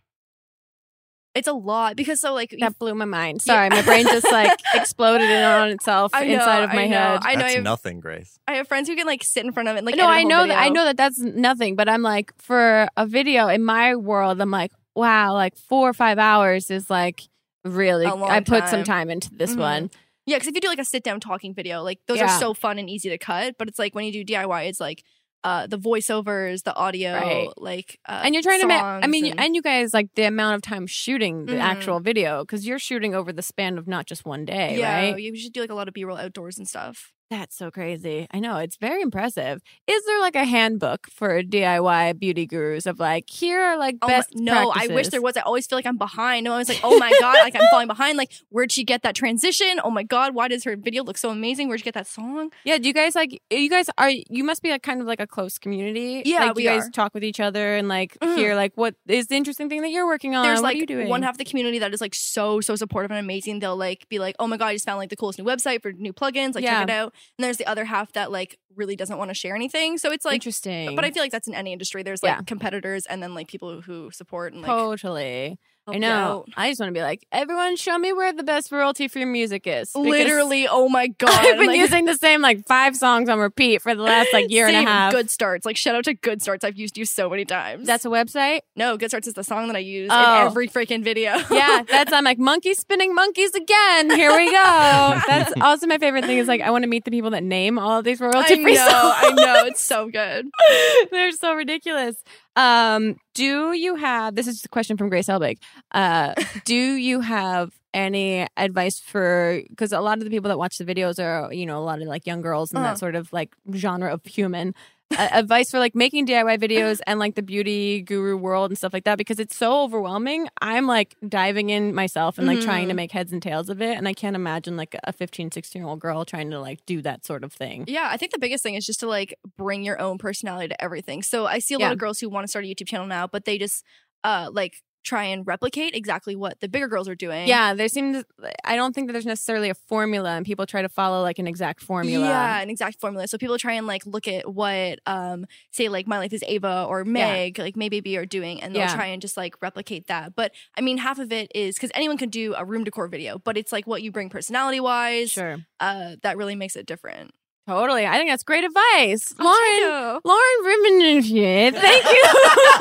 Speaker 2: It's a lot because so like you-
Speaker 1: That blew my mind.
Speaker 2: Yeah.
Speaker 1: Sorry, my brain just like exploded in on itself
Speaker 2: I know,
Speaker 1: inside of my
Speaker 2: I know,
Speaker 1: head.
Speaker 2: I know I
Speaker 3: That's
Speaker 2: have,
Speaker 3: nothing, Grace.
Speaker 2: I have friends who can like sit in front of it and like
Speaker 1: no,
Speaker 2: edit a
Speaker 1: I
Speaker 2: whole
Speaker 1: know that I
Speaker 2: video.
Speaker 1: know that that's nothing, but I'm like for a video in my world, I'm like, wow, like four or five hours is like really
Speaker 2: A long
Speaker 1: I put some
Speaker 2: time.
Speaker 1: time into this
Speaker 2: Mhm.
Speaker 1: one.
Speaker 2: Yeah, because if you do like a sit down talking video, like those
Speaker 1: Yeah.
Speaker 2: are so fun and easy to cut. But it's like when you do DIY, it's like uh the voiceovers, the audio,
Speaker 1: Right.
Speaker 2: like uh,
Speaker 1: and you're trying to ma-
Speaker 2: songs
Speaker 1: i mean and,
Speaker 2: and-
Speaker 1: you guys like the amount of time shooting the
Speaker 2: Mhm.
Speaker 1: actual video because you're shooting over the span of not just one day
Speaker 2: yeah,
Speaker 1: right
Speaker 2: you should do like a lot of B roll outdoors and stuff.
Speaker 1: that's so crazy i know it's very impressive is there like a handbook for diy beauty gurus of like here are like
Speaker 2: Almo-
Speaker 1: best
Speaker 2: Oh no, I wish
Speaker 1: practices?
Speaker 2: there was. I always feel like I'm behind. I'm always like, oh my god, like I'm falling behind. Like, where'd she get that transition? Oh my god, why does her video look so amazing? Where'd she get that song?
Speaker 1: yeah do you guys like eh, you guys are you must be like kind of like a close community
Speaker 2: Yeah,
Speaker 1: like
Speaker 2: we
Speaker 1: you guys
Speaker 2: are.
Speaker 1: talk with each other and like
Speaker 2: Mhm.
Speaker 1: hear like what is the interesting thing that you're working on
Speaker 2: There's
Speaker 1: Uh, what are you
Speaker 2: like
Speaker 1: doing
Speaker 2: one half of the community that is like so so supportive and amazing. They'll like be like, oh my god, I just found like the coolest new website for new plugins. Like
Speaker 1: Yeah.
Speaker 2: check it out. And there's the other half that like really doesn't want to share anything. So it's like,
Speaker 1: interesting
Speaker 2: but I feel like that's in any industry. There's like
Speaker 1: Yeah.
Speaker 2: competitors and then like people who support and like
Speaker 1: totally
Speaker 2: help
Speaker 1: I
Speaker 2: you
Speaker 1: know.
Speaker 2: out.
Speaker 1: I just want to be like, everyone, show me where the best royalty free music is. because
Speaker 2: Literally, oh my god!
Speaker 1: I've been
Speaker 2: like-
Speaker 1: using the same like five songs on repeat for the last like year and
Speaker 2: Same.
Speaker 1: a half.
Speaker 2: Good starts. Like shout out to Good Starts. I've used you so many times.
Speaker 1: That's a website.
Speaker 2: no Good Starts is the song that I use
Speaker 1: Oh.
Speaker 2: in every freaking video.
Speaker 1: Yeah, that's I'm like monkey spinning monkeys again. Here we go. That's also my favorite thing is like I want to meet the people that name all of these
Speaker 2: I
Speaker 1: royalty
Speaker 2: know.
Speaker 1: free songs.
Speaker 2: I know. It's so good.
Speaker 1: They're so ridiculous. Um, do you have this is a question from Grace Helbig. Uh, do you have any advice for because a lot of the people that watch the videos are, you know, a lot of like young girls and
Speaker 2: Uh-huh.
Speaker 1: that sort of like genre of human. Uh, advice for like making DIY videos and like the beauty guru world and stuff like that because it's so overwhelming. I'm like diving in myself and like trying to
Speaker 2: Mhm.
Speaker 1: make heads and tails of it. And I can't imagine like a 15, 16 year old girl trying to like do that sort of thing.
Speaker 2: Yeah, I think the biggest thing is just to like bring your own personality to everything. So I see a
Speaker 1: Yeah.
Speaker 2: lot of girls who want to start a YouTube channel now, but they just uh like try and replicate exactly what the bigger girls are doing.
Speaker 1: Yeah, there seems. I don't think that there's necessarily a formula, and people try to follow like an exact formula.
Speaker 2: Yeah, an exact formula. So people try and like look at what um say like My Life is Ava or Meg, like May Baby are doing and they'll
Speaker 1: Yeah.
Speaker 2: try and just like replicate that. But I mean half of it is cuz anyone can do a room decor video, but it's like what you bring personality wise
Speaker 1: sure,
Speaker 2: uh that really makes it different.
Speaker 1: Totally. I think that's great advice.
Speaker 2: Thank
Speaker 1: Lauren,
Speaker 2: you.
Speaker 1: Lauren Rimmon. Thank you.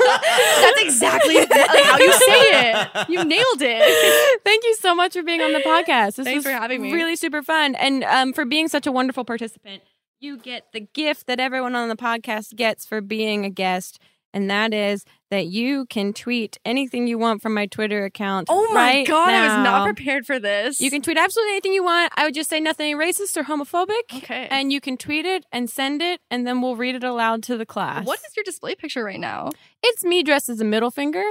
Speaker 2: That's exactly like, how you say it. You nailed it.
Speaker 1: Thank you so much for being on the podcast. This
Speaker 2: Thanks
Speaker 1: was
Speaker 2: for having me.
Speaker 1: Really super fun, and um, for being such a wonderful participant. You get the gift that everyone on the podcast gets for being a guest, and that is that you can tweet anything you want from my Twitter account.
Speaker 2: Oh my
Speaker 1: right
Speaker 2: god, I was
Speaker 1: now.
Speaker 2: not prepared for this.
Speaker 1: You can tweet absolutely anything you want. I would just say nothing racist or homophobic.
Speaker 2: Okay.
Speaker 1: And you can tweet it and send it, and then we'll read it aloud to the class.
Speaker 2: what is your display picture right now?
Speaker 1: It's me dressed as a middle finger.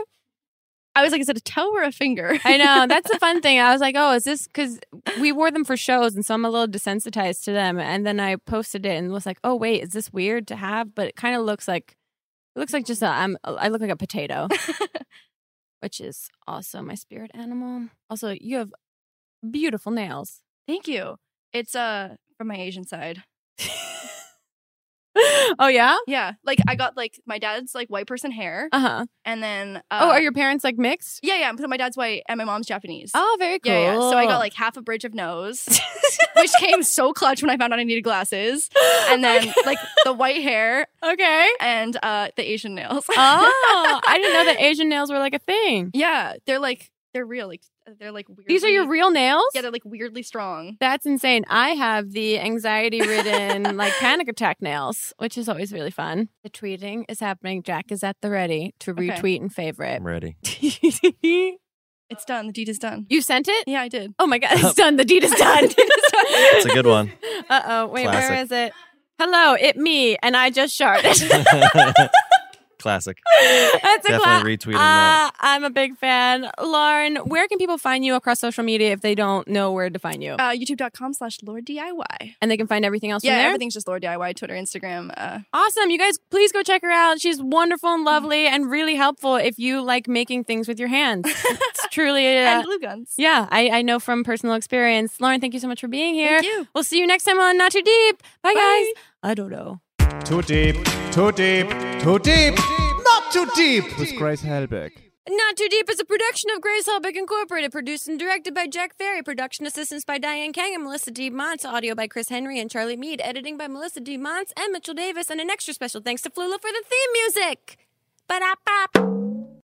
Speaker 2: I was like, is it a toe or a finger?
Speaker 1: I know. That's the fun thing. I was like, oh, is this because we wore them for shows, and so I'm a little desensitized to them. And then I posted it and was like, oh, wait, is this weird to have? But it kind of looks like it looks like just a, I'm I look like a potato, which is also my spirit animal. Also, you have beautiful nails.
Speaker 2: Thank you. It's uh from my Asian side.
Speaker 1: oh yeah.
Speaker 2: Yeah, like I got like my dad's like white person hair,
Speaker 1: Uh huh.
Speaker 2: and then uh,
Speaker 1: oh, are your parents like mixed?
Speaker 2: yeah yeah. So my dad's white and my mom's Japanese.
Speaker 1: Oh, very cool.
Speaker 2: Yeah, yeah. So I got like half a bridge of nose, which came so clutch when I found out I needed glasses. And then like the white hair
Speaker 1: okay.
Speaker 2: and uh the Asian nails.
Speaker 1: Oh, I didn't know that Asian nails were like a thing.
Speaker 2: Yeah, they're like they're real. Like uh, they're like weird.
Speaker 1: These are your real nails?
Speaker 2: Yeah, they're like weirdly strong.
Speaker 1: That's insane. I have the anxiety ridden, like panic attack nails, which is always really fun. The tweeting is happening. Jack is at the ready to
Speaker 2: Okay.
Speaker 1: retweet and favorite.
Speaker 3: I'm ready.
Speaker 1: you
Speaker 2: It's done. The deed is done.
Speaker 1: sent it?
Speaker 2: Yeah, I did.
Speaker 1: Oh my God, it's done. The deed is done.
Speaker 3: It's a good one.
Speaker 1: Uh oh, wait, where
Speaker 3: Classic.
Speaker 1: is it? Hello, it me, and I just sharded.
Speaker 3: Classic.
Speaker 1: That's a class.
Speaker 3: Definitely retweeting that.
Speaker 1: Uh, I'm a big fan. Lauren, where can people find you across social media if they don't know where to find you?
Speaker 2: Uh, YouTube.com slash Lord DIY.
Speaker 1: and they can find everything else
Speaker 2: Yeah,
Speaker 1: from there?
Speaker 2: everything's just Lord DIY. Twitter, Instagram. Uh,
Speaker 1: Awesome. You guys, please go check her out. She's wonderful and lovely and really helpful if you like making things with your hands. It's truly uh, a.
Speaker 2: and glue guns.
Speaker 1: Yeah, I, I know from personal experience. Lauren, thank you so much for being here.
Speaker 2: Thank you.
Speaker 1: We'll see you next time on Not Too Deep. Bye,
Speaker 2: Bye.
Speaker 1: guys. I don't know.
Speaker 5: Too deep, too deep, too deep, not too deep with Grace Helbig.
Speaker 1: Not Too Deep is a production of Grace Helbig Incorporated, produced and directed by Jack Ferry, production assistance by Diane Kang and Melissa D. Montz, audio by Chris Henry and Charlie Mead, editing by Melissa D. Montz and Mitchell Davis, and an extra special thanks to Flula for the theme music. Ba-da-ba.